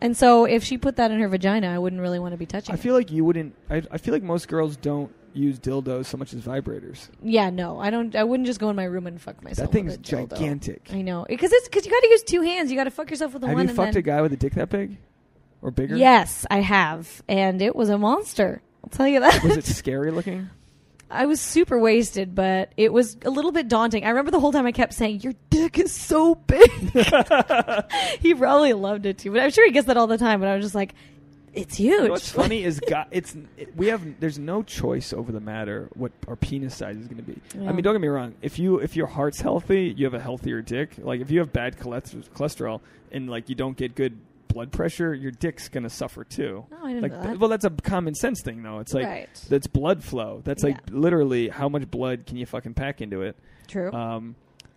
A: And so if she put that in her vagina, I wouldn't really want to be touching.
C: I
A: it.
C: feel like you wouldn't. I, I feel like most girls don't use dildos so much as vibrators.
A: Yeah, no, I don't. I wouldn't just go in my room and fuck myself.
C: That thing's
A: with a dildo.
C: gigantic.
A: I know because it's because you got to use two hands. You got to fuck yourself with the
C: Have
A: one.
C: you
A: and
C: fucked
A: then,
C: a guy with a dick that big or bigger?
A: Yes, I have, and it was a monster. I'll tell you that.
C: Was it scary looking?
A: I was super wasted, but it was a little bit daunting. I remember the whole time I kept saying, "Your dick is so big." he probably loved it too, but I'm sure he gets that all the time. But I was just like, "It's huge."
C: You know what's funny is God, it's it, we have there's no choice over the matter what our penis size is going to be. I
A: Yeah.
C: mean, don't get me wrong. If you if your heart's healthy, you have a healthier dick. Like if you have bad cholest- cholesterol and like you don't get good blood pressure, your dick's going to suffer too.
A: No, I didn't
C: Like
A: know that.
C: well, that's a common sense thing though. It's like
A: Right.
C: that's blood flow. That's like
A: Yeah.
C: literally how much blood can you fucking pack into it.
A: True.
C: Um,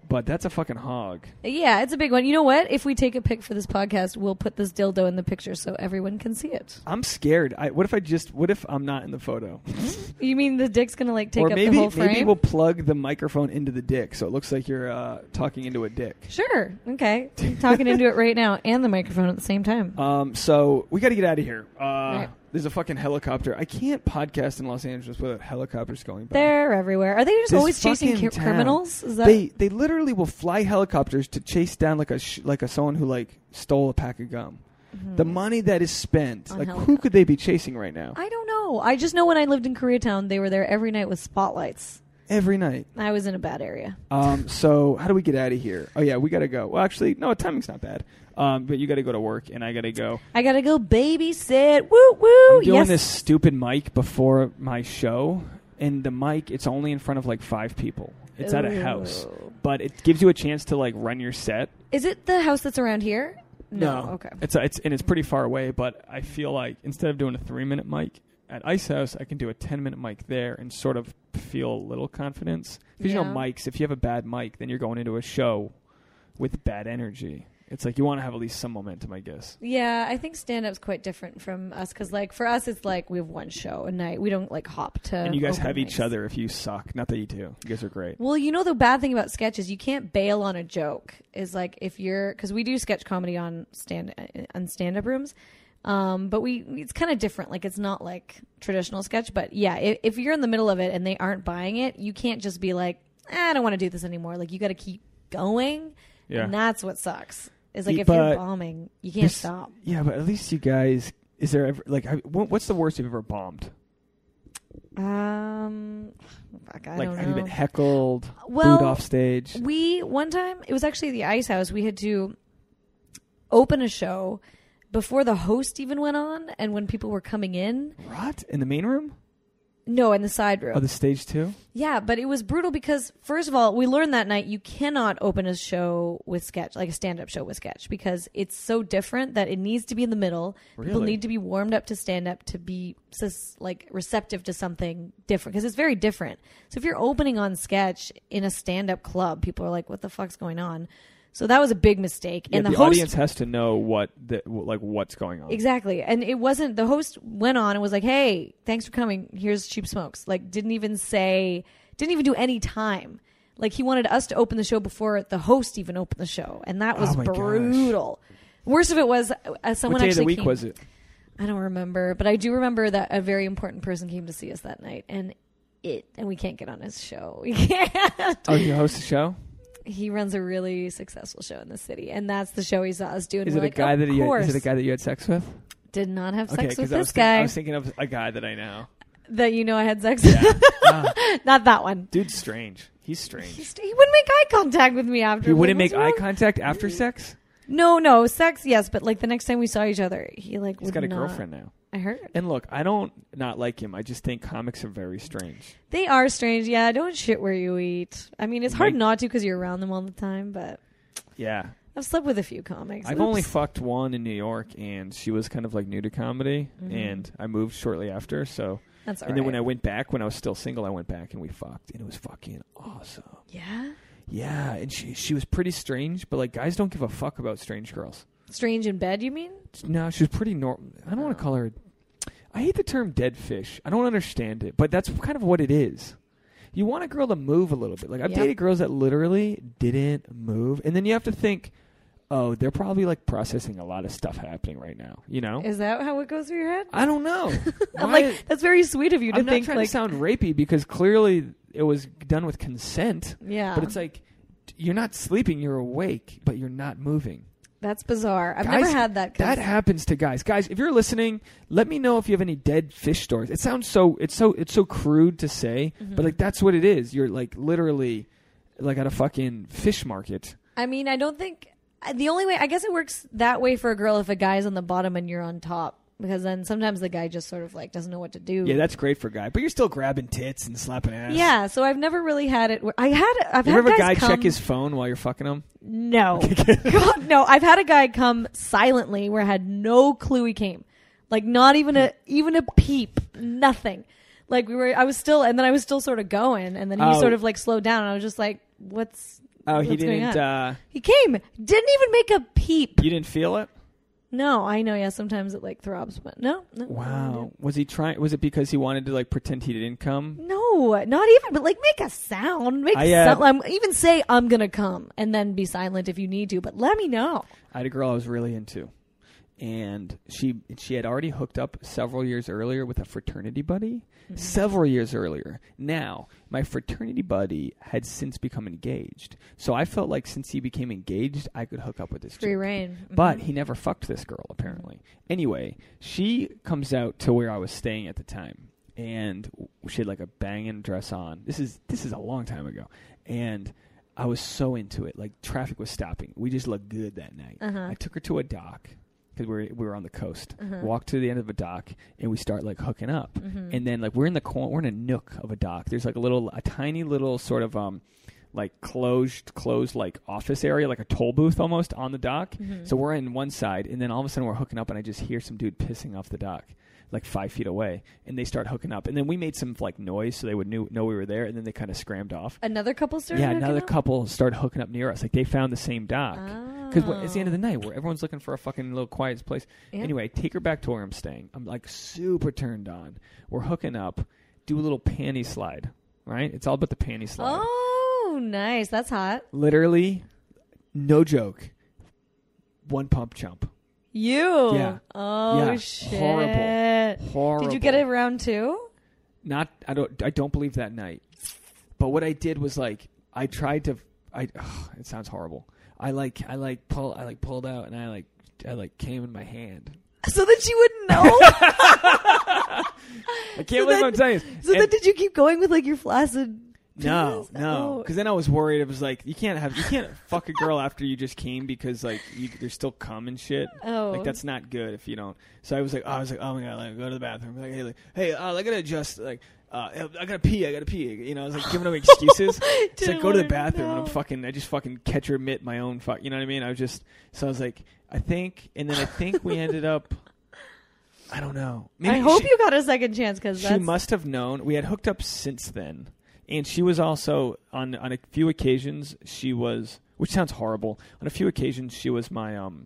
C: but that's a fucking hog.
A: yeah, it's a big one. You know what? If we take a pic for this podcast, we'll put this dildo in the picture so everyone can see it.
C: I'm scared. I, what if I just? What if I'm not in the photo?
A: You mean the dick's gonna like Mm-hmm. take
C: or
A: up
C: maybe
A: the whole frame?
C: maybe we'll plug the microphone into the dick, so it looks like you're uh, talking into a dick.
A: sure. Okay. I'm talking into it right now and the microphone at the same time.
C: Um, so we got to get out of here. Uh,
A: Right.
C: There's a fucking helicopter. I can't podcast in Los Angeles without helicopters going by.
A: They're everywhere. Are they just
C: This
A: always chasing
C: fucking
A: cr-
C: town.
A: criminals? Is that
C: They they literally will fly helicopters to chase down like a sh- like a someone who like stole a pack of gum.
A: Mm-hmm.
C: The money that is spent,
A: Hmm. On
C: like who
A: helicopter.
C: could they be chasing right now?
A: I don't know. I just know when I lived in Koreatown, they were there every night with spotlights.
C: Every night.
A: I was in a bad area.
C: Um, so how do we get out of here? Oh yeah, we gotta go. Well, actually, no, timing's not bad. Um, but you gotta go to work, and I gotta go.
A: I gotta go babysit. Woo woo.
C: I'm doing
A: Oh, yes.
C: this stupid mic before my show, and the mic it's only in front of like five people. It's at a house,
A: Ooh.
C: but it gives you a chance to like run your set.
A: Is it the house that's around here? Okay.
C: it's a, it's and it's pretty far away. But I feel like instead of doing a three minute mic at Ice House, I can do a ten minute mic there and sort of feel a little confidence because you
A: Yeah.
C: know mics. If you have a bad mic, then you're going into a show with bad energy. It's like you want to have at least some momentum, I guess.
A: Yeah, I think stand up's quite different from us because, like, for us, it's like we have one show a night. We don't like hop to.
C: and you guys
A: open
C: have each
A: mics.
C: other if you suck. Not that you do. You guys are great.
A: Well, you know the bad thing about sketch is you can't bail on a joke. Is like if you're because we do sketch comedy on stand uh, on stand up rooms, um, but we it's kind of different. Like it's not like traditional sketch, but yeah, if, if you're in the middle of it and they aren't buying it, you can't just be like, "Ah, I don't want to do this anymore. Like you got to keep going,
C: Yeah.
A: and that's what sucks. Is like
C: Yeah,
A: if you're
C: but
A: bombing, you can't
C: This-
A: stop.
C: Yeah, but at least you guys. Is there ever like I- what, what's the worst you've ever bombed?
A: Um, fuck, I
C: like
A: don't know.
C: have you been heckled,
A: Well,
C: booed off stage?
A: We one time it was actually the Ice House. We had to open a show before the host even went on, and when people were coming in.
C: What in the main room?
A: No, in the side room.
C: Oh, the stage too.
A: yeah, but it was brutal because first of all, we learned that night you cannot open a show with sketch, like a stand-up show with sketch, because it's so different that it needs to be in the middle. People
C: Really?
A: need to be warmed up to stand up to be sus- like receptive to something different because it's very different. So if you're opening on sketch in a stand-up club, people are like, "What the fuck's going on?" So that was a big mistake.
C: Yeah,
A: and the,
C: the
A: host
C: audience has to know what the, like what's going on.
A: Exactly. And it wasn't the host went on and was like, "Hey, thanks for coming. Here's cheap smokes." Like didn't even say didn't even do any time. Like he wanted us to open the show before the host even opened the show, and that was
C: Oh my gosh.
A: brutal. Worst of it was uh,
C: What
A: someone
C: day
A: actually
C: of the week
A: came-
C: was it?
A: I don't remember, but I do remember that a very important person came to see us that night, and it, and we can't get on his show. We can't.
C: Oh, you host the show?
A: He runs a really successful show in the city, and that's the show he saw us do. And
C: Is
A: we're
C: it a
A: like,
C: guy
A: of
C: that you?
A: course.
C: Is it a guy that you had sex with?
A: Did not have
C: okay,
A: sex with
C: I was
A: this
C: think- I
A: guy
C: was thinking of a guy that I know.
A: that you know I had sex
C: Yeah. Ah.
A: with. not that one.
C: Dude's strange. He's strange.
A: He's- He wouldn't make eye contact with me after.
C: He wouldn't
A: Like,
C: make
A: what's
C: eye
A: wrong?
C: contact after sex.
A: No, no, sex, yes, but like the next time we saw each other, he like
C: He's
A: would
C: got a
A: not-
C: girlfriend now.
A: I heard
C: And look, I don't not like him. I just think comics are very strange.
A: they are strange. Yeah, don't shit where you eat. I mean, it's hard
C: Like-
A: not to because you're around them all the time. But
C: Yeah.
A: I've slept with a few comics.
C: I've
A: Oops.
C: only fucked one in New York, and she was kind of like new to comedy,
A: Mm-hmm.
C: and I moved shortly after. So,
A: That's all
C: and then when I went back, when I was still single, I went back and we fucked, and it was fucking awesome.
A: yeah,
C: Yeah, and she she was pretty strange, but like guys don't give a fuck about strange girls.
A: strange in bed. You mean?
C: No, she was pretty normal. I don't want to call her. I hate the term dead fish. I don't understand it, but that's kind of what it is. You want a girl to move a little bit. Like I've
A: Yep.
C: dated girls that literally didn't move, and then you have to think, oh, they're probably like processing a lot of stuff happening right now. You know,
A: Is that how it goes through your head?
C: I don't know.
A: I'm
C: Why-
A: like, that's very sweet of you to
C: I'm not
A: think.
C: trying
A: Like,
C: to sound rapey because clearly it was done with consent,
A: yeah,
C: but it's like d- you're not sleeping, you're awake, but you're not moving.
A: that's bizarre. I've
C: Guys,
A: never had that.
C: That happens to guys. Guys, if you're listening, let me know if you have any dead fish stories. It sounds so it's so it's so crude to say,
A: Mm-hmm.
C: but like that's what it is. You're like literally like at a fucking fish market.
A: I mean, I don't think I- the only way. I guess it works that way for a girl if a guy's on the bottom and you're on top, because then sometimes the guy just sort of like doesn't know what to do.
C: Yeah, that's great for a guy, but you're still grabbing tits and slapping ass.
A: Yeah, so I've never really had it. Where, I had. I've
C: You
A: had
C: ever have a
A: guys
C: guy
A: come,
C: check his phone while you're fucking him? Oh,
A: No. God, no. I've had a guy come silently where I had no clue he came. Like not even a even a peep. Nothing. Like we were I was still and then I was still sort of going and then he
C: Oh.
A: sort of like slowed down and I was just like, What's
C: Oh, he
A: what's going
C: didn't.
A: on?
C: uh
A: He came. Didn't even make a peep.
C: You didn't feel it.
A: No, I know, yeah, sometimes it like throbs, but no, no.
C: Wow. Was he trying? Was it because he wanted to like pretend he didn't come?
A: No, not even, but like make a sound. Make
C: I, uh,
A: some- um, even say I'm gonna come and then be silent if you need to, but let me know.
C: I had a girl I was really into, and she she had already hooked up several years earlier with a fraternity buddy.
A: Mm-hmm.
C: Several years earlier. Now my fraternity buddy had since become engaged, so I felt like since he became engaged, I could hook up with this.
A: Free
C: chick.
A: reign. Mm-hmm.
C: But he never fucked this girl, apparently. Anyway, she comes out to where I was staying at the time, and w- she had like a banging dress on. This is this is a long time ago, and I was so into it. Like traffic was stopping. We just looked good that night.
A: Uh-huh.
C: I took her to a dock because we were, we were on the coast.
A: Uh-huh.
C: Walked to the end of a dock, and we start like hooking up.
A: Mhm.
C: And then like we're in the corner, we're in a nook of a dock. There's like a little, a tiny little sort of um, like closed, closed like office area, like a toll booth almost on the dock.
A: Mm-hmm.
C: So we're in one side, and then all of a sudden we're hooking up, and I just hear some dude pissing off the dock, like five feet away, and they start hooking up, and then we made some like noise so they would knew, know we were there, and then they kind of scrammed off.
A: another couple started.
C: yeah,
A: hooking
C: another
A: up?
C: couple started hooking up near us, like they found the same dock.
A: Oh.
C: Because it's the end of the night where everyone's looking for a fucking little quiet place.
A: Yeah.
C: Anyway, take her back to where I'm staying. I'm like super turned on. We're hooking up. Do a little panty slide, right? It's all about the panty slide.
A: Oh, nice. That's hot.
C: Literally, no joke. One pump chump.
A: You.
C: Yeah.
A: Oh
C: Yeah.
A: shit.
C: Horrible. Horrible.
A: Did you get it round two?
C: Not. I don't. I don't believe that night. But what I did was like I tried to. I. ugh, it sounds horrible. I like. I like pull. I like pulled out and I like. I like came in my hand.
A: So that she wouldn't know.
C: I can't
A: So
C: believe
A: then-
C: I'm telling you.
A: so
C: And-
A: then did you keep going with like your flaccid?
C: No,
A: penis?
C: no,
A: Oh.
C: because then I was worried. It was like you can't have you can't fuck a girl after you just came because like you, there's still cum and shit.
A: Oh.
C: like that's not good if you don't. So I was like, oh, I was like, oh my god, like, go to the bathroom. Like, hey, like, hey, uh, I gotta adjust. Like, uh, I gotta pee. I gotta pee. You know, I was like giving them excuses. it's like
A: Didn't
C: go
A: want
C: to the
A: her to
C: bathroom. And I'm
A: know.
C: fucking. I just fucking catch or mitt my own fuck. You know what I mean? I was just so I was like, I think, and then I think we ended up. I don't know. Maybe
A: I hope
C: she-
A: you got a second chance because
C: she
A: that's
C: must have known we had hooked up since then, and she was also on on a few occasions. She was, which sounds horrible. On a few occasions, she was my um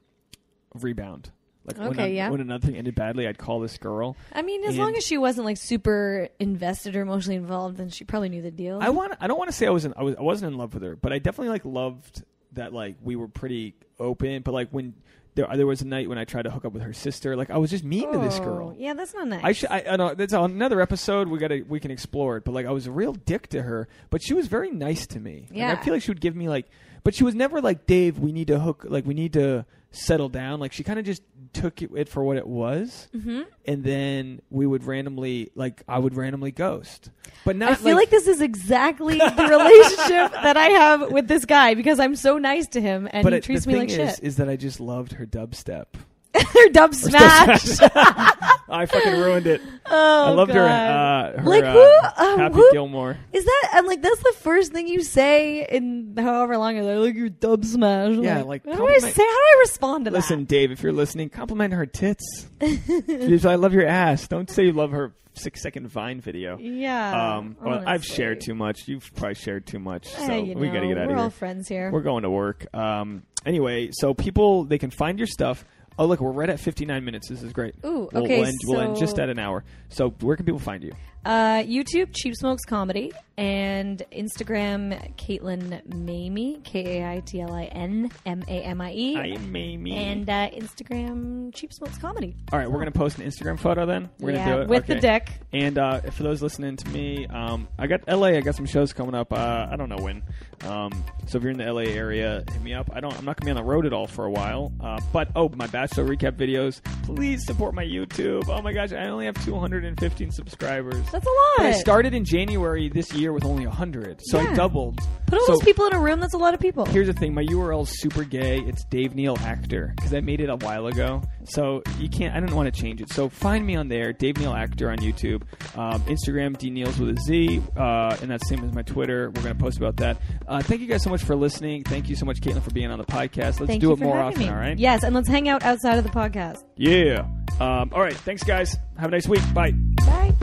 C: rebound. Like when,
A: Okay,
C: I'm-
A: yeah.
C: when another thing ended badly, I'd call this girl.
A: I mean, as
C: and-
A: long as she wasn't like super invested or emotionally involved, then she probably knew the deal.
C: I want. I don't want to say I was. In, I was. I wasn't in love with her, but I definitely like loved that. Like we were pretty open, but like when. there, there was a night when I tried to hook up with her sister. Like I was just mean to this
A: Oh,
C: girl.
A: Yeah, that's not nice.
C: I should. I, I know that's another episode. We gotta. We can explore it. But like, I was a real dick to her. But she was very nice to me. Like,
A: Yeah.
C: I feel like she would give me like. But she was never like Dave. We need to hook. Like we need to settle down. Like she kind of just took it, it for what it was. Mm-hmm. And then we would randomly like I would randomly ghost. But not.
A: I feel like, this is exactly the relationship that I have with this guy because I'm so nice to him and
C: but
A: he
C: it-
A: treats
C: the
A: me
C: thing
A: like
C: is,
A: shit.
C: is that I just loved her dubstep.
A: They're dub smash.
C: I fucking ruined it.
A: Ah, oh,
C: I loved her.
A: God.
C: Uh, her
A: Like,
C: uh,
A: who- um,
C: Happy
A: who-
C: Gilmore.
A: Is that I'm like that's the first thing you say in however long ago? Like your dub smash. I'm
C: Yeah, like,
A: how do I
C: compliment-
A: say? How do I respond to
C: Listen, Dave, if you're listening, compliment her tits. She's like, I love your ass. Don't say you love her six second Vine video.
A: that? Yeah. Oh,
C: Um, well, I've
A: honestly.
C: shared too much. You've probably shared too much. So
A: Eh, you
C: we got to
A: know,
C: get out
A: We're
C: of
A: all
C: here.
A: friends here.
C: We're going to work. Um, anyway, so people, they can find your stuff. Oh, look, we're right at 59 minutes. This is great.
A: Ooh,
C: We'll,
A: okay,
C: we'll, end, we'll end
A: so-
C: just at an hour. So where can people find you?
A: Uh, YouTube, Cheap Smokes Comedy, and Instagram, Caitlin Mamie, K A I T L I N M A M I E,
C: I'm Amy.
A: and uh, Instagram, Cheap Smokes Comedy.
C: All right, we're going to post an Instagram photo then. We're
A: yeah,
C: going to do it.
A: with the
C: Okay.
A: dick.
C: And uh, for those listening to me, um, I got LA. I got some shows coming up. Uh, I don't know when. Um, so if you're in the LA area, hit me up. I don't. I'm not gonna be on the road at all for a while. Uh, but oh, my bachelor recap videos. Please support my YouTube. Oh my gosh, I only have 215 subscribers.
A: That's a lot.
C: But I started in January this year with only 100, so I
A: Yeah.
C: doubled.
A: Put all
C: so
A: those people in a room. That's a lot of people.
C: Here's the thing, my URL's super gay. It's Dave Neal Actor because I made it a while ago, so you can't. I didn't want to change it. So find me on there, Dave Neal Actor on YouTube, um, Instagram D Neals with a Z, uh, and that's same as my Twitter. We're gonna post about that. Uh, thank you guys so much for listening. Thank you so much, Caitlin, for being on the podcast. Let's
A: Thank
C: do
A: you
C: it
A: for
C: more
A: having
C: often.
A: me.
C: All right?
A: Yes, and let's hang out outside of the podcast.
C: Yeah. Um, all right. Thanks, guys. Have a nice week. Bye.
A: Bye.